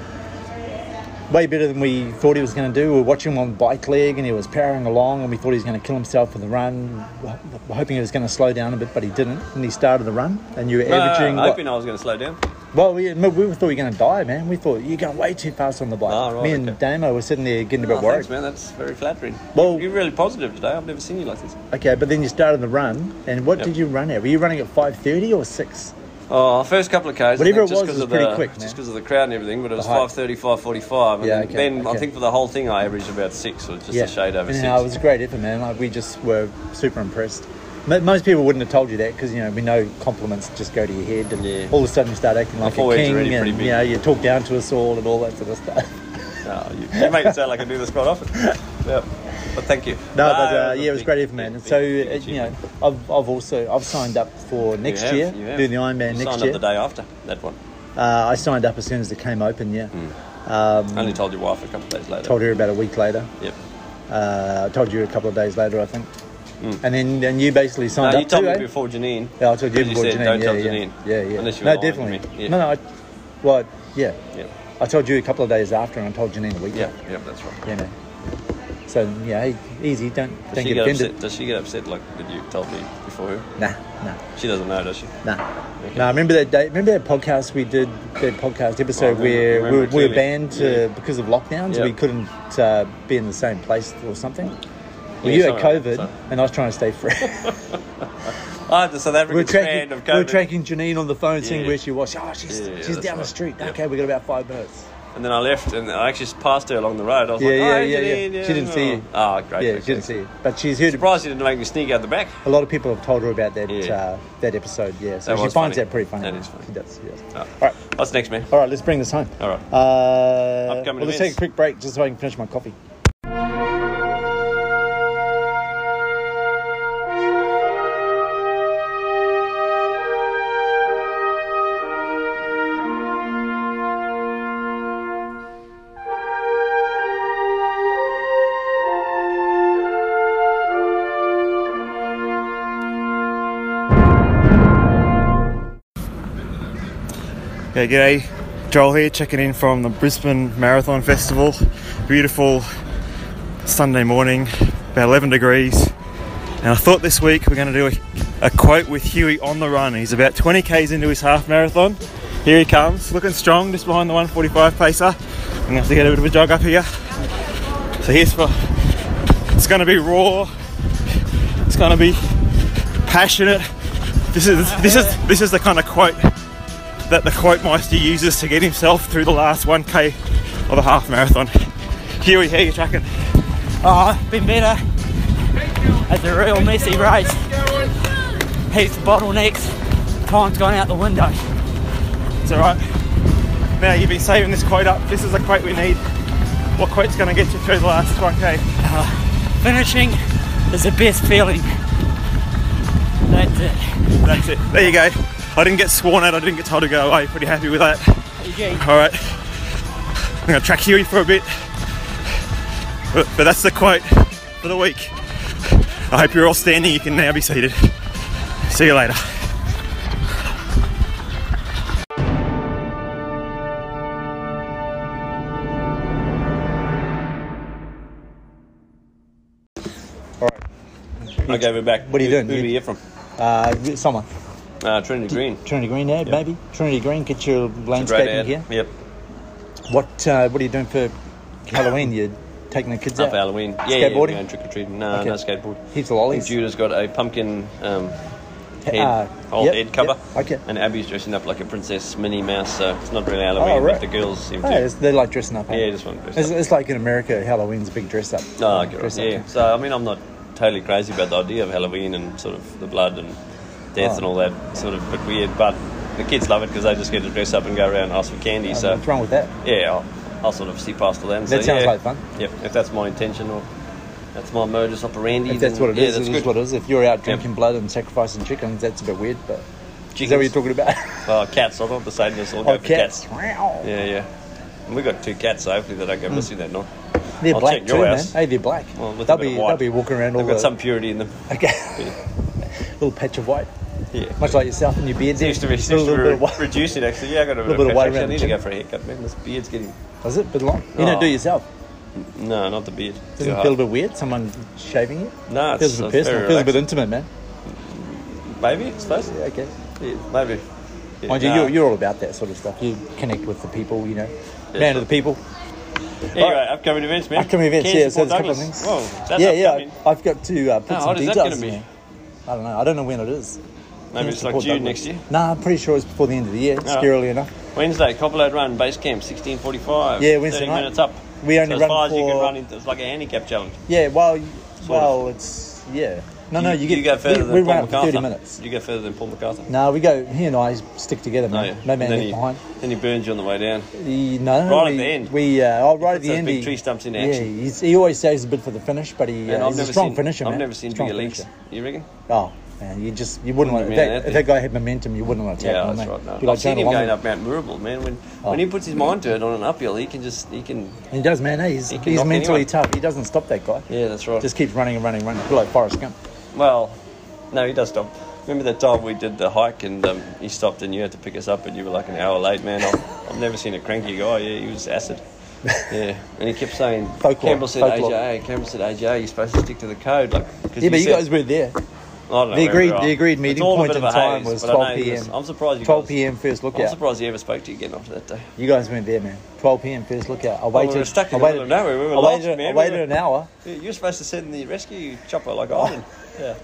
[SPEAKER 3] Way better than we thought he was going to do. We were watching him on bike leg, and he was powering along, and we thought he was going to kill himself with the run, h- hoping he was going to slow down a bit, but he didn't, and he started the run. And you were
[SPEAKER 2] No, no, no,
[SPEAKER 3] averaging
[SPEAKER 2] I
[SPEAKER 3] what,
[SPEAKER 2] hoping I was going to slow down.
[SPEAKER 3] Well, we, no, we thought you were going to die, man. We thought you're going way too fast on the bike.
[SPEAKER 2] Ah, right,
[SPEAKER 3] Me and
[SPEAKER 2] okay.
[SPEAKER 3] Damo were sitting there getting a bit
[SPEAKER 2] Oh,
[SPEAKER 3] worried.
[SPEAKER 2] thanks, man. That's very flattering.
[SPEAKER 3] Well-
[SPEAKER 2] you're really positive today. I've never seen you like this.
[SPEAKER 3] Okay, but then you started the run, and what
[SPEAKER 2] Yep.
[SPEAKER 3] did you run at? Were you running at five thirty or six?
[SPEAKER 2] Oh, first couple of k's.
[SPEAKER 3] Whatever
[SPEAKER 2] I
[SPEAKER 3] it
[SPEAKER 2] think, just
[SPEAKER 3] was, it
[SPEAKER 2] 'cause
[SPEAKER 3] was
[SPEAKER 2] of
[SPEAKER 3] pretty
[SPEAKER 2] the,
[SPEAKER 3] quick, man.
[SPEAKER 2] Just because of the crowd and everything, but it was
[SPEAKER 3] height.
[SPEAKER 2] 5.30, 5.45. And
[SPEAKER 3] Yeah,
[SPEAKER 2] then,
[SPEAKER 3] okay,
[SPEAKER 2] then I
[SPEAKER 3] okay.
[SPEAKER 2] think for the whole thing, I averaged about six or just a shade over
[SPEAKER 3] and
[SPEAKER 2] six.
[SPEAKER 3] uh, it was a great effort, man. Like, we just were super impressed. Mo- Most people wouldn't have told you that because you know we know compliments just go to your head, and
[SPEAKER 2] Yeah.
[SPEAKER 3] all of a sudden you start acting like a
[SPEAKER 2] forehead's
[SPEAKER 3] king,
[SPEAKER 2] already
[SPEAKER 3] and
[SPEAKER 2] pretty big.
[SPEAKER 3] you know you talk down to us all and all that sort of stuff.
[SPEAKER 2] Oh, you, you make it sound like I do this quite often. yeah. But thank you.
[SPEAKER 3] No, but uh,
[SPEAKER 2] a
[SPEAKER 3] yeah, it was
[SPEAKER 2] big-
[SPEAKER 3] great effort, man.
[SPEAKER 2] big-
[SPEAKER 3] And so uh,
[SPEAKER 2] big
[SPEAKER 3] you know,
[SPEAKER 2] achievement.
[SPEAKER 3] I've, I've also I've signed up for
[SPEAKER 2] You
[SPEAKER 3] next
[SPEAKER 2] have,
[SPEAKER 3] year,
[SPEAKER 2] you have.
[SPEAKER 3] doing the Ironman
[SPEAKER 2] You
[SPEAKER 3] next
[SPEAKER 2] signed
[SPEAKER 3] year.
[SPEAKER 2] up the day after that one.
[SPEAKER 3] Uh, I signed up as soon as it came open. Yeah,
[SPEAKER 2] Hmm. I only told your wife a couple of days later.
[SPEAKER 3] told her about a week later.
[SPEAKER 2] Yep.
[SPEAKER 3] Uh, I told you a couple of days later, I think. And then and you basically signed
[SPEAKER 2] Hmm. No,
[SPEAKER 3] up
[SPEAKER 2] you told
[SPEAKER 3] too,
[SPEAKER 2] me
[SPEAKER 3] eh?
[SPEAKER 2] before Janine.
[SPEAKER 3] Yeah, I told you
[SPEAKER 2] Because
[SPEAKER 3] before
[SPEAKER 2] said,
[SPEAKER 3] Janine.
[SPEAKER 2] Don't
[SPEAKER 3] yeah,
[SPEAKER 2] tell
[SPEAKER 3] yeah.
[SPEAKER 2] Janine.
[SPEAKER 3] yeah, yeah.
[SPEAKER 2] Unless you
[SPEAKER 3] no,
[SPEAKER 2] were lying to
[SPEAKER 3] definitely.
[SPEAKER 2] me. Yeah.
[SPEAKER 3] No, no. I, well, yeah.
[SPEAKER 2] Yep.
[SPEAKER 3] I told you a couple of days after, and I told Janine a week.
[SPEAKER 2] Yeah,
[SPEAKER 3] after.
[SPEAKER 2] yeah, that's right.
[SPEAKER 3] Yeah, man. So yeah, e- easy. Don't
[SPEAKER 2] Does
[SPEAKER 3] don't
[SPEAKER 2] she
[SPEAKER 3] get
[SPEAKER 2] get
[SPEAKER 3] offended.
[SPEAKER 2] upset? Does she get upset like that you told me before her?
[SPEAKER 3] Nah, nah.
[SPEAKER 2] She doesn't know, does she?
[SPEAKER 3] Nah. No, I remember that day. Remember that podcast we did, that podcast episode
[SPEAKER 2] remember-
[SPEAKER 3] where
[SPEAKER 2] Oh, remember
[SPEAKER 3] we, we were
[SPEAKER 2] clearly.
[SPEAKER 3] banned uh,
[SPEAKER 2] Yeah.
[SPEAKER 3] because of lockdowns.
[SPEAKER 2] Yeah.
[SPEAKER 3] We couldn't uh, be in the same place or something. Well,
[SPEAKER 2] Yeah,
[SPEAKER 3] you had
[SPEAKER 2] something like
[SPEAKER 3] COVID,
[SPEAKER 2] that, so.
[SPEAKER 3] and I was trying to stay free.
[SPEAKER 2] I had the South
[SPEAKER 3] we were tracking,
[SPEAKER 2] African strand of
[SPEAKER 3] we were
[SPEAKER 2] COVID.
[SPEAKER 3] tracking Janine on the phone, seeing
[SPEAKER 2] Yeah.
[SPEAKER 3] where she was. Oh, she's
[SPEAKER 2] Yeah,
[SPEAKER 3] she's
[SPEAKER 2] that's
[SPEAKER 3] down the
[SPEAKER 2] right.
[SPEAKER 3] street.
[SPEAKER 2] Yeah.
[SPEAKER 3] Okay, we got about five minutes.
[SPEAKER 2] and then I left and I actually passed her along the road. I was
[SPEAKER 3] Yeah,
[SPEAKER 2] like,
[SPEAKER 3] yeah,
[SPEAKER 2] oh,
[SPEAKER 3] yeah, yeah.
[SPEAKER 2] Janine,
[SPEAKER 3] She didn't see you.
[SPEAKER 2] Oh, great.
[SPEAKER 3] yeah,
[SPEAKER 2] okay.
[SPEAKER 3] she didn't see it, but she's heard.
[SPEAKER 2] Surprised you didn't make me sneak out the back.
[SPEAKER 3] A lot of people have told her about that
[SPEAKER 2] Yeah.
[SPEAKER 3] uh, that episode. Yeah, so
[SPEAKER 2] That
[SPEAKER 3] she
[SPEAKER 2] was
[SPEAKER 3] finds
[SPEAKER 2] funny.
[SPEAKER 3] that pretty funny.
[SPEAKER 2] That is funny.
[SPEAKER 3] She does. Yes.
[SPEAKER 2] Oh.
[SPEAKER 3] All right.
[SPEAKER 2] What's next, man?
[SPEAKER 3] All right, let's bring this home.
[SPEAKER 2] All right.
[SPEAKER 3] Uh,
[SPEAKER 2] Upcoming
[SPEAKER 3] well, let's
[SPEAKER 2] events.
[SPEAKER 3] take a quick break just so I can finish my coffee.
[SPEAKER 5] Yeah, g'day. Joel here, checking in from the Brisbane Marathon Festival. Beautiful Sunday morning, about 11 degrees. And I thought this week we're going to do a, a quote with Huey on the run. He's about 20k's into his half marathon. Here he comes, looking strong, just behind the 145 pacer. I'm going to have to get a bit of a jog up here. So here's for it's going to be raw, it's going to be passionate. This is this is this is the kind of quote that the quote meister uses to get himself through the last 1k of a half marathon. Huey, how you tracking?
[SPEAKER 6] Oh, I've been better. It's a real messy race. Heaps of bottlenecks. Time's gone out the window.
[SPEAKER 5] It's alright. Now you've been saving this quote up. This is the quote we need. What quote's going to get you through the last 1k?
[SPEAKER 6] Finishing is the best feeling. That's it.
[SPEAKER 5] That's it. There you go. I didn't get sworn at. I didn't get told to go away. Pretty happy with that.
[SPEAKER 6] GG.
[SPEAKER 5] Alright. I'm going to track Huey for a bit. But, but that's the quote for the week. I hope you're all standing. You can now be seated. See you later.
[SPEAKER 2] I gave it back.
[SPEAKER 3] What are you
[SPEAKER 2] Who-
[SPEAKER 3] doing?
[SPEAKER 2] Who
[SPEAKER 3] You-
[SPEAKER 2] do you hear from?
[SPEAKER 3] Uh, someone.
[SPEAKER 2] Uh, Trinity Green.
[SPEAKER 3] Trinity Green there, maybe. Trinity Green, get your
[SPEAKER 2] Great
[SPEAKER 3] landscaping
[SPEAKER 2] ad.
[SPEAKER 3] here.
[SPEAKER 2] Yep.
[SPEAKER 3] What uh, What are you doing for Halloween? You're taking the kids
[SPEAKER 2] Up
[SPEAKER 3] out.
[SPEAKER 2] Halloween. Yeah, yeah, we're
[SPEAKER 3] Skateboarding?
[SPEAKER 2] going trick or treating. No,
[SPEAKER 3] Okay.
[SPEAKER 2] no skateboard.
[SPEAKER 3] Heaps of
[SPEAKER 2] I think
[SPEAKER 3] lollies.
[SPEAKER 2] Judah's got a pumpkin um, head,
[SPEAKER 3] Ah,
[SPEAKER 2] old
[SPEAKER 3] Uh, yep,
[SPEAKER 2] head cover.
[SPEAKER 3] yep, okay.
[SPEAKER 2] And Abby's dressing up like a princess Minnie Mouse, so it's not really Halloween,
[SPEAKER 3] Oh, right.
[SPEAKER 2] but the girls seem
[SPEAKER 3] Oh,
[SPEAKER 2] to.
[SPEAKER 3] it's- they like dressing up. eh?
[SPEAKER 2] Yeah, just want to dress
[SPEAKER 3] It's,
[SPEAKER 2] up.
[SPEAKER 3] it's like in America, Halloween's a big dress up.
[SPEAKER 2] No, I get
[SPEAKER 3] Dress
[SPEAKER 2] it.
[SPEAKER 3] up.
[SPEAKER 2] Ah, Yeah. So I mean, I'm not totally crazy about the idea of Halloween and sort of the blood and death
[SPEAKER 3] Oh.
[SPEAKER 2] and all that sort of bit weird, but the kids love it because they just get to dress up and go around and ask for candy.
[SPEAKER 3] Um,
[SPEAKER 2] so
[SPEAKER 3] What's wrong with that?
[SPEAKER 2] yeah, I'll, I'll sort of see past all that. And
[SPEAKER 3] That
[SPEAKER 2] say,
[SPEAKER 3] sounds
[SPEAKER 2] yeah,
[SPEAKER 3] like fun.
[SPEAKER 2] Yep. If that's my intention or that's my modus operandi,
[SPEAKER 3] If that's
[SPEAKER 2] then
[SPEAKER 3] what it
[SPEAKER 2] yeah,
[SPEAKER 3] is,
[SPEAKER 2] that's
[SPEAKER 3] it
[SPEAKER 2] good.
[SPEAKER 3] is what it is. If you're out drinking blood and sacrificing chickens, that's a bit weird, but is that what you're
[SPEAKER 2] Chickens.
[SPEAKER 3] talking about?
[SPEAKER 2] Oh, cats. I thought the same. Just all go
[SPEAKER 3] oh,
[SPEAKER 2] for
[SPEAKER 3] cats.
[SPEAKER 2] cats. Yeah, yeah. And we've got two cats, so hopefully they don't
[SPEAKER 3] Hmm.
[SPEAKER 2] go missing that night.
[SPEAKER 3] They're
[SPEAKER 2] I'll
[SPEAKER 3] black
[SPEAKER 2] check
[SPEAKER 3] too,
[SPEAKER 2] your
[SPEAKER 3] man.
[SPEAKER 2] house.
[SPEAKER 3] Hey, they're black.
[SPEAKER 2] Well, with a
[SPEAKER 3] they'll
[SPEAKER 2] bit
[SPEAKER 3] be
[SPEAKER 2] of white.
[SPEAKER 3] they'll be walking around all
[SPEAKER 2] They've got
[SPEAKER 3] the
[SPEAKER 2] some purity in them.
[SPEAKER 3] okay, little patch of white,
[SPEAKER 2] Yeah.
[SPEAKER 3] much like yourself and your beard. there.
[SPEAKER 2] Seems to be,
[SPEAKER 3] Little-
[SPEAKER 2] seems to be
[SPEAKER 3] little bit of white.
[SPEAKER 2] reducing actually. Yeah, I got a bit,
[SPEAKER 3] Little bit of
[SPEAKER 2] of
[SPEAKER 3] white
[SPEAKER 2] patch. Actually, I
[SPEAKER 3] around
[SPEAKER 2] need
[SPEAKER 3] the
[SPEAKER 2] to go for a haircut, man. This beard's getting.
[SPEAKER 3] Is it? But long. You don't do it
[SPEAKER 2] Oh.
[SPEAKER 3] yourself.
[SPEAKER 2] No, not the beard. Too
[SPEAKER 3] Doesn't it
[SPEAKER 2] hard.
[SPEAKER 3] feel a bit weird? Someone shaving it?
[SPEAKER 2] No, it's
[SPEAKER 3] feels a bit
[SPEAKER 2] it's
[SPEAKER 3] personal.
[SPEAKER 2] very
[SPEAKER 3] Feels a bit
[SPEAKER 2] relaxed.
[SPEAKER 3] intimate, man.
[SPEAKER 2] Maybe, I suppose.
[SPEAKER 3] Yeah, okay.
[SPEAKER 2] Yeah, maybe.
[SPEAKER 3] Mind you, you're, you're all about that sort of stuff. You connect with the people, you know, man of the people.
[SPEAKER 2] Anyway, upcoming events, man.
[SPEAKER 3] Upcoming events,
[SPEAKER 2] Cairns
[SPEAKER 3] yeah. So
[SPEAKER 2] Port
[SPEAKER 3] there's a couple of
[SPEAKER 2] Douglas.
[SPEAKER 3] things.
[SPEAKER 2] Whoa, that's
[SPEAKER 3] yeah,
[SPEAKER 2] upcoming.
[SPEAKER 3] yeah. I've got to uh, put
[SPEAKER 2] How
[SPEAKER 3] some
[SPEAKER 2] hard is that gonna
[SPEAKER 3] details in there.
[SPEAKER 2] be?
[SPEAKER 3] I don't know. I don't know when it is.
[SPEAKER 2] Maybe
[SPEAKER 3] Cairns
[SPEAKER 2] it's
[SPEAKER 3] to
[SPEAKER 2] like
[SPEAKER 3] Port
[SPEAKER 2] June
[SPEAKER 3] Douglas.
[SPEAKER 2] next year. Oh.
[SPEAKER 3] Nah, I'm pretty sure it's before the end of the year.
[SPEAKER 2] Yeah.
[SPEAKER 3] Scarily enough.
[SPEAKER 2] Wednesday, Copperlade Run, Base Camp, 1645.
[SPEAKER 3] Yeah, Wednesday
[SPEAKER 2] 30
[SPEAKER 3] night.
[SPEAKER 2] minutes up.
[SPEAKER 3] We only
[SPEAKER 2] so
[SPEAKER 3] run
[SPEAKER 2] as far as you can
[SPEAKER 3] for-
[SPEAKER 2] run into, it's like a handicap challenge.
[SPEAKER 3] Yeah. Well,
[SPEAKER 2] of.
[SPEAKER 3] well, it's yeah. No, no. You get
[SPEAKER 2] go further
[SPEAKER 3] we,
[SPEAKER 2] than
[SPEAKER 3] we
[SPEAKER 2] Paul
[SPEAKER 3] run it for
[SPEAKER 2] MacArthur.
[SPEAKER 3] thirty minutes.
[SPEAKER 2] You go further than Paul MacArthur.
[SPEAKER 3] No, we go. He and I stick together,
[SPEAKER 2] No,
[SPEAKER 3] man.
[SPEAKER 2] Oh, yeah.
[SPEAKER 3] No man
[SPEAKER 2] then
[SPEAKER 3] left
[SPEAKER 2] he,
[SPEAKER 3] behind.
[SPEAKER 2] Then he burns you on the way down.
[SPEAKER 3] He, no,
[SPEAKER 2] Right at
[SPEAKER 3] we,
[SPEAKER 2] the end.
[SPEAKER 3] We uh, oh, right at
[SPEAKER 2] puts
[SPEAKER 3] the
[SPEAKER 2] those
[SPEAKER 3] end.
[SPEAKER 2] big
[SPEAKER 3] he,
[SPEAKER 2] tree stumps in
[SPEAKER 3] Yeah,
[SPEAKER 2] action.
[SPEAKER 3] he's, he always saves a bit for the finish, but he, uh, he's a strong
[SPEAKER 2] seen,
[SPEAKER 3] finisher.
[SPEAKER 2] I've
[SPEAKER 3] man.
[SPEAKER 2] never seen
[SPEAKER 3] strong
[SPEAKER 2] bigger legs.
[SPEAKER 3] finisher.
[SPEAKER 2] You reckon?
[SPEAKER 3] Oh man, you just you wouldn't want
[SPEAKER 2] Wouldn't
[SPEAKER 3] if
[SPEAKER 2] have been
[SPEAKER 3] that,
[SPEAKER 2] out
[SPEAKER 3] if
[SPEAKER 2] there.
[SPEAKER 3] that guy had momentum, you wouldn't want to attack
[SPEAKER 2] eh? Yeah,
[SPEAKER 3] him,
[SPEAKER 2] that's
[SPEAKER 3] mate.
[SPEAKER 2] right. No.
[SPEAKER 3] Be like
[SPEAKER 2] I've seen
[SPEAKER 3] Jonah
[SPEAKER 2] him going
[SPEAKER 3] Lomu.
[SPEAKER 2] up Mount Mirable, man. When
[SPEAKER 3] Oh.
[SPEAKER 2] when he puts his mind to it on an uphill, he can just he can.
[SPEAKER 3] And he does, man. eh? He's,
[SPEAKER 2] He can
[SPEAKER 3] he's
[SPEAKER 2] knock
[SPEAKER 3] mentally
[SPEAKER 2] anyone.
[SPEAKER 3] tough. He doesn't stop that guy.
[SPEAKER 2] Yeah, that's right.
[SPEAKER 3] Just keeps running and running and running. Be like Forrest Gump.
[SPEAKER 2] Well, no, he does stop. Remember that time we did the hike and um, he stopped and you had to pick us up and you were like an hour late, man. I've, I've never seen a cranky guy. Yeah, he was acid. Yeah, and he kept saying,
[SPEAKER 3] Folklore,
[SPEAKER 2] Campbell said
[SPEAKER 3] folklore.
[SPEAKER 2] AJ, Campbell said AJ, you're supposed to stick to the code. Like, 'cause
[SPEAKER 3] Yeah,
[SPEAKER 2] he
[SPEAKER 3] but you
[SPEAKER 2] said-
[SPEAKER 3] guys were there.
[SPEAKER 2] I don't know
[SPEAKER 3] the
[SPEAKER 2] where
[SPEAKER 3] agreed-
[SPEAKER 2] we are.
[SPEAKER 3] the agreed meeting
[SPEAKER 2] It's all a
[SPEAKER 3] point
[SPEAKER 2] bit
[SPEAKER 3] in
[SPEAKER 2] of a
[SPEAKER 3] time
[SPEAKER 2] haze,
[SPEAKER 3] was
[SPEAKER 2] but I know
[SPEAKER 3] 12
[SPEAKER 2] it was-
[SPEAKER 3] PM.
[SPEAKER 2] I'm surprised you
[SPEAKER 3] 12
[SPEAKER 2] guys-
[SPEAKER 3] p.m. first
[SPEAKER 2] I'm
[SPEAKER 3] lookout.
[SPEAKER 2] surprised he ever spoke to you again after that day.
[SPEAKER 3] You guys weren't there, man. 12 p.m. first lookout. I
[SPEAKER 2] we
[SPEAKER 3] waited.
[SPEAKER 2] were stuck in
[SPEAKER 3] I
[SPEAKER 2] the
[SPEAKER 3] waited,
[SPEAKER 2] middle of nowhere. We were
[SPEAKER 3] I waited,
[SPEAKER 2] lost, man.
[SPEAKER 3] I
[SPEAKER 2] We
[SPEAKER 3] waited
[SPEAKER 2] were-
[SPEAKER 3] an hour.
[SPEAKER 2] Yeah, You're supposed to send the rescue chopper like Ivan. Oh. Yeah.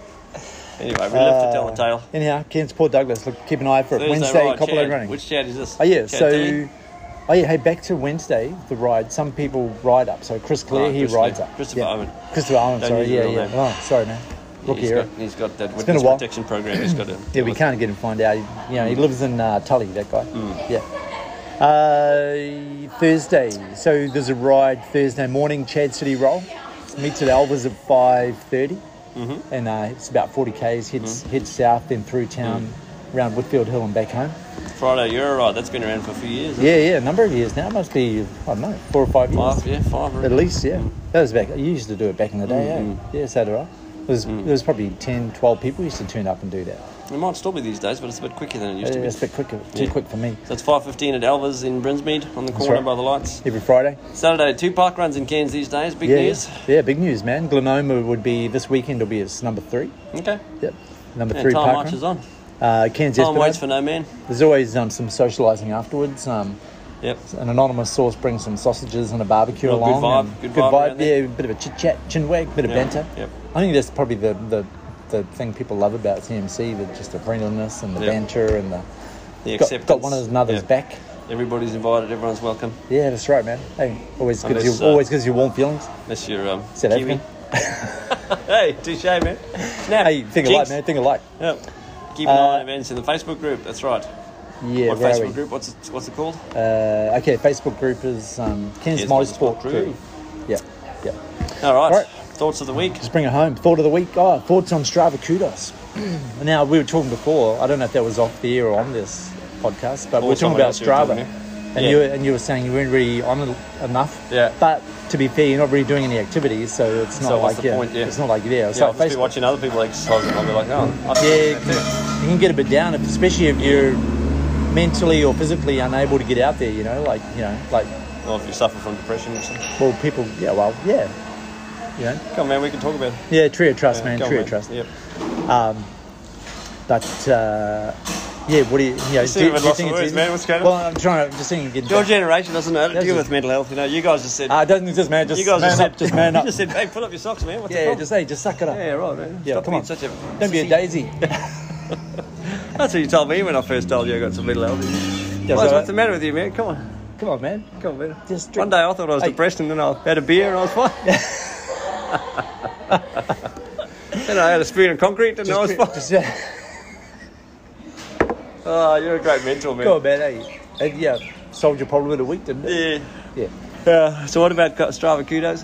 [SPEAKER 2] Anyway, we left to tell the tale.
[SPEAKER 3] Anyhow, Ken's Port Douglas. Look, keep an eye for it.
[SPEAKER 2] Thursday
[SPEAKER 3] Uh, Wednesday,
[SPEAKER 2] ride,
[SPEAKER 3] couple
[SPEAKER 2] Chad.
[SPEAKER 3] of running.
[SPEAKER 2] Which chat is this?
[SPEAKER 3] Oh yeah,
[SPEAKER 2] Chad
[SPEAKER 3] so
[SPEAKER 2] Dean?
[SPEAKER 3] oh yeah, hey, back to Wednesday the ride. Some people ride up. So Chris Clare,
[SPEAKER 2] Oh,
[SPEAKER 3] he
[SPEAKER 2] Chris
[SPEAKER 3] rides
[SPEAKER 2] Clare.
[SPEAKER 3] up.
[SPEAKER 2] Christopher
[SPEAKER 3] yeah.
[SPEAKER 2] Owen.
[SPEAKER 3] Christopher Owen.
[SPEAKER 2] Don't
[SPEAKER 3] Sorry,
[SPEAKER 2] use your
[SPEAKER 3] yeah,
[SPEAKER 2] real
[SPEAKER 3] yeah.
[SPEAKER 2] name.
[SPEAKER 3] Oh, sorry, man.
[SPEAKER 2] Yeah,
[SPEAKER 3] Rookie
[SPEAKER 2] he's
[SPEAKER 3] era.
[SPEAKER 2] got, he's got that
[SPEAKER 3] been a
[SPEAKER 2] witness
[SPEAKER 3] while.
[SPEAKER 2] protection program. He's got a
[SPEAKER 3] Yeah, we can't get him find out. You
[SPEAKER 2] Mm.
[SPEAKER 3] know, he lives in uh, Tully. That guy. Yeah. Uh, Thursday. So there's a ride Thursday morning. Chad City Roll meets at Alva's at five
[SPEAKER 2] Mm-hmm.
[SPEAKER 3] and uh, it's about forty k's. Heads
[SPEAKER 2] Mm.
[SPEAKER 3] heads south, then through town, around Whitfield Hill and back home.
[SPEAKER 2] Friday Euro ride. That's been around for a few years. isn't it?
[SPEAKER 3] Yeah, yeah, a number of years now. Must be I don't know, four or five years.
[SPEAKER 2] Five, yeah, five.
[SPEAKER 3] At
[SPEAKER 2] Really.
[SPEAKER 3] least, yeah.
[SPEAKER 2] Mm.
[SPEAKER 3] That was back. You used to do it back in the day,
[SPEAKER 2] Mm-hmm.
[SPEAKER 3] yeah. Yeah, so did I. There's,
[SPEAKER 2] Mm.
[SPEAKER 3] there's probably 10, 12 people used to turn up and do that.
[SPEAKER 2] It might still be these days, but it's a bit quicker than it used to be.
[SPEAKER 3] It's a bit quicker, too
[SPEAKER 2] Yeah.
[SPEAKER 3] quick for me.
[SPEAKER 2] So it's 5.15 at Alva's in Brinsmead on the corner
[SPEAKER 3] right.
[SPEAKER 2] by the lights.
[SPEAKER 3] Every Friday.
[SPEAKER 2] Saturday, two park runs in Cairns these days. Big
[SPEAKER 3] Yeah,
[SPEAKER 2] news.
[SPEAKER 3] yeah, yeah, big news, man. Glenoma would be this weekend. Will be its number three.
[SPEAKER 2] Okay.
[SPEAKER 3] Yep, number
[SPEAKER 2] Yeah,
[SPEAKER 3] three
[SPEAKER 2] time
[SPEAKER 3] park
[SPEAKER 2] marches
[SPEAKER 3] run.
[SPEAKER 2] on.
[SPEAKER 3] Uh, Cairns
[SPEAKER 2] Time waits for
[SPEAKER 3] Esplanade.
[SPEAKER 2] no man.
[SPEAKER 3] There's always um, some socialising afterwards. Um,
[SPEAKER 2] Yep.
[SPEAKER 3] an anonymous source brings some sausages and a barbecue
[SPEAKER 2] Well, good
[SPEAKER 3] along.
[SPEAKER 2] vibe,
[SPEAKER 3] and
[SPEAKER 2] good vibe around
[SPEAKER 3] yeah,
[SPEAKER 2] there.
[SPEAKER 3] a bit of a chit chat, chin wag, bit of
[SPEAKER 2] Yeah,
[SPEAKER 3] banter.
[SPEAKER 2] yep.
[SPEAKER 3] I think that's probably the, the, the thing people love about CMC, the, just the friendliness and the
[SPEAKER 2] Yep.
[SPEAKER 3] banter and the
[SPEAKER 2] The
[SPEAKER 3] got,
[SPEAKER 2] acceptance.
[SPEAKER 3] got one another's
[SPEAKER 2] Yeah.
[SPEAKER 3] back.
[SPEAKER 2] Everybody's invited. Everyone's welcome.
[SPEAKER 3] Yeah, that's right, man. Hey, always gives
[SPEAKER 2] Unless,
[SPEAKER 3] you
[SPEAKER 2] uh,
[SPEAKER 3] always gives you warm feelings.
[SPEAKER 2] Unless you're um,
[SPEAKER 3] South
[SPEAKER 2] Kiwi.
[SPEAKER 3] African.
[SPEAKER 2] Hey, touche, man. Snap.
[SPEAKER 3] Hey, think
[SPEAKER 2] Jinx.
[SPEAKER 3] alike, man. Think alike.
[SPEAKER 2] Yep. Keep an eye on
[SPEAKER 3] Uh,
[SPEAKER 2] events in the Facebook group. That's right.
[SPEAKER 3] Yeah,
[SPEAKER 2] what
[SPEAKER 3] where are
[SPEAKER 2] Facebook
[SPEAKER 3] we?
[SPEAKER 2] group? What's it, what's it called?
[SPEAKER 3] Uh, okay, Facebook group is um, Ken's
[SPEAKER 2] Ken's Motorsport
[SPEAKER 3] Motorsport
[SPEAKER 2] Crew.
[SPEAKER 3] Crew. Yeah, yeah.
[SPEAKER 2] All right.
[SPEAKER 3] Alright.
[SPEAKER 2] Thoughts of the week.
[SPEAKER 3] Just bring it home. Thought of the week. Oh, thoughts on Strava Kudos. now we were talking before. I don't know if that was off the air or on this podcast, but we
[SPEAKER 2] Or
[SPEAKER 3] were talking
[SPEAKER 2] someone
[SPEAKER 3] about
[SPEAKER 2] else you were
[SPEAKER 3] Strava,
[SPEAKER 2] talking
[SPEAKER 3] and
[SPEAKER 2] Yeah.
[SPEAKER 3] you were, and you were saying you weren't really on it enough.
[SPEAKER 2] Yeah.
[SPEAKER 3] But to be fair, you're not really doing any activities, so it's not
[SPEAKER 2] So what's
[SPEAKER 3] like
[SPEAKER 2] the point, yeah.
[SPEAKER 3] it's not like yeah. It's
[SPEAKER 2] Yeah, I'll
[SPEAKER 3] like
[SPEAKER 2] just be
[SPEAKER 3] Facebook.
[SPEAKER 2] watching other people exercise and I'll be like, oh, I've
[SPEAKER 3] Yeah,
[SPEAKER 2] yeah, that too.
[SPEAKER 3] you can get a bit down, if, especially if you're mentally or physically unable to get out there. You know, like you know, like
[SPEAKER 2] Or if you suffer from depression or something.
[SPEAKER 3] well, people. Yeah, well, yeah, you know,
[SPEAKER 2] Come on, man, we can talk about it.
[SPEAKER 3] yeah. Trio trust,
[SPEAKER 2] Yeah,
[SPEAKER 3] man.
[SPEAKER 2] go on,
[SPEAKER 3] Trio trust.
[SPEAKER 2] Yep.
[SPEAKER 3] But uh, yeah, what do you? You, know,
[SPEAKER 2] seem
[SPEAKER 3] do,
[SPEAKER 2] a bit
[SPEAKER 3] do you
[SPEAKER 2] lost
[SPEAKER 3] think
[SPEAKER 2] for
[SPEAKER 3] it's
[SPEAKER 2] words,
[SPEAKER 3] easy?
[SPEAKER 2] man. What's going on?
[SPEAKER 3] Well, I'm trying. to just thinking. Get
[SPEAKER 2] Your generation doesn't know how to
[SPEAKER 3] That's
[SPEAKER 2] deal
[SPEAKER 3] it.
[SPEAKER 2] with mental health. You know, you guys just said,
[SPEAKER 3] uh, doesn't just man. Just
[SPEAKER 2] you guys
[SPEAKER 3] man
[SPEAKER 2] just
[SPEAKER 3] up.
[SPEAKER 2] said,
[SPEAKER 3] Just man
[SPEAKER 2] you
[SPEAKER 3] up.
[SPEAKER 2] just said, hey, pull up your socks, man. What's the
[SPEAKER 3] yeah,
[SPEAKER 2] problem?
[SPEAKER 3] just hey, just suck it up.
[SPEAKER 2] yeah, right, man.
[SPEAKER 3] Yeah,
[SPEAKER 2] Stop
[SPEAKER 3] come
[SPEAKER 2] being
[SPEAKER 3] on.
[SPEAKER 2] Such a
[SPEAKER 3] Don't be a
[SPEAKER 2] sissy.
[SPEAKER 3] daisy.
[SPEAKER 2] That's what you told me when I first told you I got some mental health. issues.
[SPEAKER 3] Yeah,
[SPEAKER 2] What's-
[SPEAKER 3] so-
[SPEAKER 2] what's the matter with you, man? Come on,
[SPEAKER 3] Come on, man.
[SPEAKER 2] come on, man.
[SPEAKER 3] Just
[SPEAKER 2] One
[SPEAKER 3] drink.
[SPEAKER 2] day I thought I was
[SPEAKER 3] Hey.
[SPEAKER 2] depressed, and then I had a beer and I was fine. then I had a spoon of concrete, and I was
[SPEAKER 3] Just,
[SPEAKER 2] fine.
[SPEAKER 3] just, yeah.
[SPEAKER 2] Oh, you're a great mentor, man.
[SPEAKER 3] Come on, man. Hey, and, yeah, solved your problem in a week, didn't it?
[SPEAKER 2] Yeah.
[SPEAKER 3] Yeah.
[SPEAKER 2] Uh, so what about co- Strava kudos?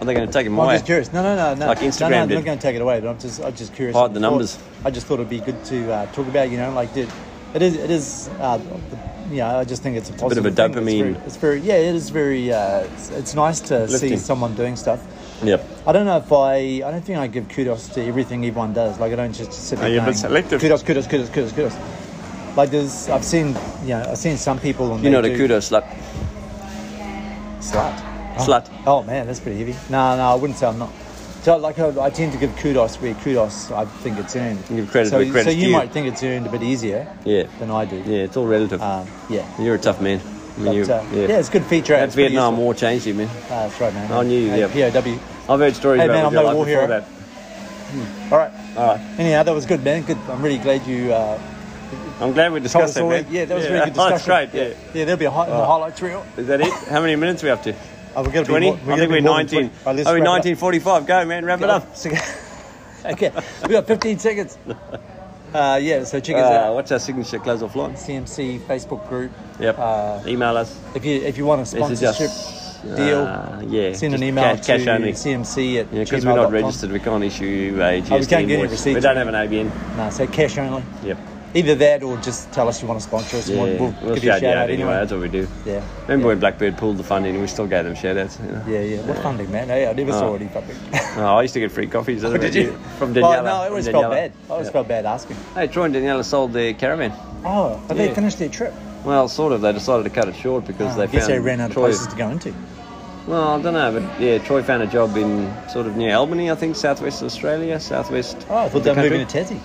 [SPEAKER 2] Are they going to take them
[SPEAKER 3] I'm
[SPEAKER 2] away?
[SPEAKER 3] just curious. No, no, no, no.
[SPEAKER 2] Like
[SPEAKER 3] No,
[SPEAKER 2] Instagram
[SPEAKER 3] no, I'm
[SPEAKER 2] did.
[SPEAKER 3] not going to take it away, but I'm just, I'm just curious.
[SPEAKER 2] Hide
[SPEAKER 3] I
[SPEAKER 2] the
[SPEAKER 3] thought-
[SPEAKER 2] numbers.
[SPEAKER 3] I just thought it'd be good to uh, talk about. You know, like, dude, it is, it is. Uh, the, you know, I just think it's a
[SPEAKER 2] bit
[SPEAKER 3] positive
[SPEAKER 2] of a
[SPEAKER 3] thing.
[SPEAKER 2] dopamine.
[SPEAKER 3] It's very, it's very, yeah, it is very. Uh, it's, it's nice to see
[SPEAKER 2] Lifting.
[SPEAKER 3] someone doing stuff.
[SPEAKER 2] Yep.
[SPEAKER 3] I don't know if I. I don't think I give kudos to everything everyone does. Like I don't just sit there.
[SPEAKER 2] Are you a bit
[SPEAKER 3] going,
[SPEAKER 2] selective?
[SPEAKER 3] Kudos, kudos, kudos, kudos, kudos. Like there's, I've seen, you know, I've seen some people. And
[SPEAKER 2] You're
[SPEAKER 3] they
[SPEAKER 2] not a
[SPEAKER 3] do-
[SPEAKER 2] kudos slut.
[SPEAKER 3] Slut.
[SPEAKER 2] Slut.
[SPEAKER 3] Oh man, that's pretty heavy. No, no, I wouldn't say I'm not. So, like, I, I tend to give kudos where kudos I think it's earned.
[SPEAKER 2] Give credit
[SPEAKER 3] so,
[SPEAKER 2] where credit's
[SPEAKER 3] so you
[SPEAKER 2] due.
[SPEAKER 3] might think it's earned a bit easier
[SPEAKER 2] Yeah.
[SPEAKER 3] than I do.
[SPEAKER 2] Yeah, it's all relative.
[SPEAKER 3] Um, yeah.
[SPEAKER 2] You're a tough man. I mean,
[SPEAKER 3] But,
[SPEAKER 2] you,
[SPEAKER 3] uh, yeah.
[SPEAKER 2] Ah. yeah.
[SPEAKER 3] it's a good feature.
[SPEAKER 2] That
[SPEAKER 3] It's pretty
[SPEAKER 2] Vietnam
[SPEAKER 3] useful.
[SPEAKER 2] War changed you, man.
[SPEAKER 3] Ah, that's right, man.
[SPEAKER 2] I knew you,
[SPEAKER 3] Hey,
[SPEAKER 2] yeah.
[SPEAKER 3] POW.
[SPEAKER 2] I've heard stories
[SPEAKER 3] Hey, man,
[SPEAKER 2] about
[SPEAKER 3] I'm no
[SPEAKER 2] what you
[SPEAKER 3] war
[SPEAKER 2] like before
[SPEAKER 3] hero.
[SPEAKER 2] that.
[SPEAKER 3] All right.
[SPEAKER 2] All right.
[SPEAKER 3] Anyhow, that was good, man. Good. I'm really glad you uh,
[SPEAKER 2] I'm glad we
[SPEAKER 3] told us
[SPEAKER 2] discussed that,
[SPEAKER 3] all
[SPEAKER 2] man.
[SPEAKER 3] that. Yeah, that was a really good
[SPEAKER 2] Oh,
[SPEAKER 3] discussion.
[SPEAKER 2] that's great, yeah.
[SPEAKER 3] Yeah, there'll be a hot in the highlights reel.
[SPEAKER 2] Is that it? How many minutes are we up to?
[SPEAKER 3] Oh, we're gonna
[SPEAKER 2] 20?
[SPEAKER 3] Be more,
[SPEAKER 2] Uh, I
[SPEAKER 3] gonna
[SPEAKER 2] think
[SPEAKER 3] be
[SPEAKER 2] we're
[SPEAKER 3] more than
[SPEAKER 2] 19.
[SPEAKER 3] 20. All right, let's
[SPEAKER 2] oh, we're
[SPEAKER 3] wrap it up.
[SPEAKER 2] 1945. Go, man. Wrap it up.
[SPEAKER 3] okay, we got 15 seconds. Uh, yeah, so check us
[SPEAKER 2] Uh,
[SPEAKER 3] out.
[SPEAKER 2] what's our signature close off line?
[SPEAKER 3] CMC Facebook group.
[SPEAKER 2] Yep.
[SPEAKER 3] Uh,
[SPEAKER 2] Email us.
[SPEAKER 3] if you if you want a
[SPEAKER 2] Message us.
[SPEAKER 3] sponsorship deal,
[SPEAKER 2] Uh, yeah.
[SPEAKER 3] send an
[SPEAKER 2] just
[SPEAKER 3] email
[SPEAKER 2] Cash, cash
[SPEAKER 3] to
[SPEAKER 2] only.
[SPEAKER 3] CMC at
[SPEAKER 2] Yeah, because we're not
[SPEAKER 3] gmail.com.
[SPEAKER 2] registered, we can't issue a GST
[SPEAKER 3] Oh, we can't get any
[SPEAKER 2] invoice.
[SPEAKER 3] receipts.
[SPEAKER 2] we don't have an ABN.
[SPEAKER 3] No, so cash only.
[SPEAKER 2] Yep.
[SPEAKER 3] Either that or just tell us you want to sponsor us. and
[SPEAKER 2] Yeah,
[SPEAKER 3] We'll, we'll
[SPEAKER 2] we'll
[SPEAKER 3] give you a shout out
[SPEAKER 2] anyway.
[SPEAKER 3] anyway.
[SPEAKER 2] That's what we do.
[SPEAKER 3] Yeah.
[SPEAKER 2] Remember when Blackbird pulled the funding? We still gave them shout outs. You know?
[SPEAKER 3] Yeah, yeah. What funding, man? Hey, I never saw any funding.
[SPEAKER 2] Oh, I used to get free coffees. Oh,
[SPEAKER 3] Did you?
[SPEAKER 2] From Daniela.
[SPEAKER 3] Oh, no, I
[SPEAKER 2] from
[SPEAKER 3] always felt
[SPEAKER 2] Daniela.
[SPEAKER 3] bad. I always
[SPEAKER 2] Yeah.
[SPEAKER 3] felt bad asking.
[SPEAKER 2] Hey, Troy and Daniela sold their caravan.
[SPEAKER 3] Oh, but they
[SPEAKER 2] Yeah.
[SPEAKER 3] finished their trip.
[SPEAKER 2] Well, sort of. They decided to cut it short because
[SPEAKER 3] Oh,
[SPEAKER 2] they
[SPEAKER 3] I guess
[SPEAKER 2] found
[SPEAKER 3] they ran out of
[SPEAKER 2] Troy.
[SPEAKER 3] places to go into.
[SPEAKER 2] Well, I don't know, but yeah, Troy found a job in sort of near Albany, I think, southwest Australia, southwest.
[SPEAKER 3] Oh, I thought
[SPEAKER 2] of
[SPEAKER 3] they
[SPEAKER 2] the
[SPEAKER 3] were
[SPEAKER 2] country.
[SPEAKER 3] moving to Tassie.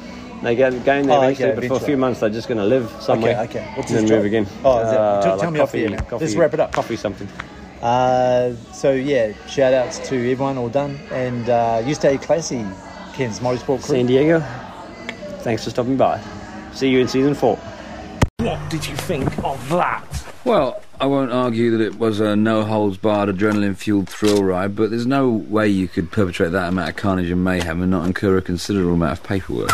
[SPEAKER 2] They go, go in
[SPEAKER 3] Oh,
[SPEAKER 2] there
[SPEAKER 3] okay,
[SPEAKER 2] eventually, but for a
[SPEAKER 3] eventually.
[SPEAKER 2] few months they're just going to live somewhere.
[SPEAKER 3] okay. What's
[SPEAKER 2] and then
[SPEAKER 3] his
[SPEAKER 2] move
[SPEAKER 3] job?
[SPEAKER 2] again.
[SPEAKER 3] Oh, is it-
[SPEAKER 2] Uh,
[SPEAKER 3] tell- tell me off
[SPEAKER 2] coffee,
[SPEAKER 3] here, man.
[SPEAKER 2] coffee,
[SPEAKER 3] Let's wrap it up.
[SPEAKER 2] Coffee something.
[SPEAKER 3] Uh, so yeah, shout outs to everyone, all done. And uh, you stay classy, Ken's Motorsport Crew.
[SPEAKER 2] San Diego, thanks for stopping by. See you in season four.
[SPEAKER 6] What did you think of that?
[SPEAKER 7] Well, I won't argue that it was a no holds barred adrenaline fueled thrill ride, but there's no way you could perpetrate that amount of carnage and mayhem and not incur a considerable amount of paperwork.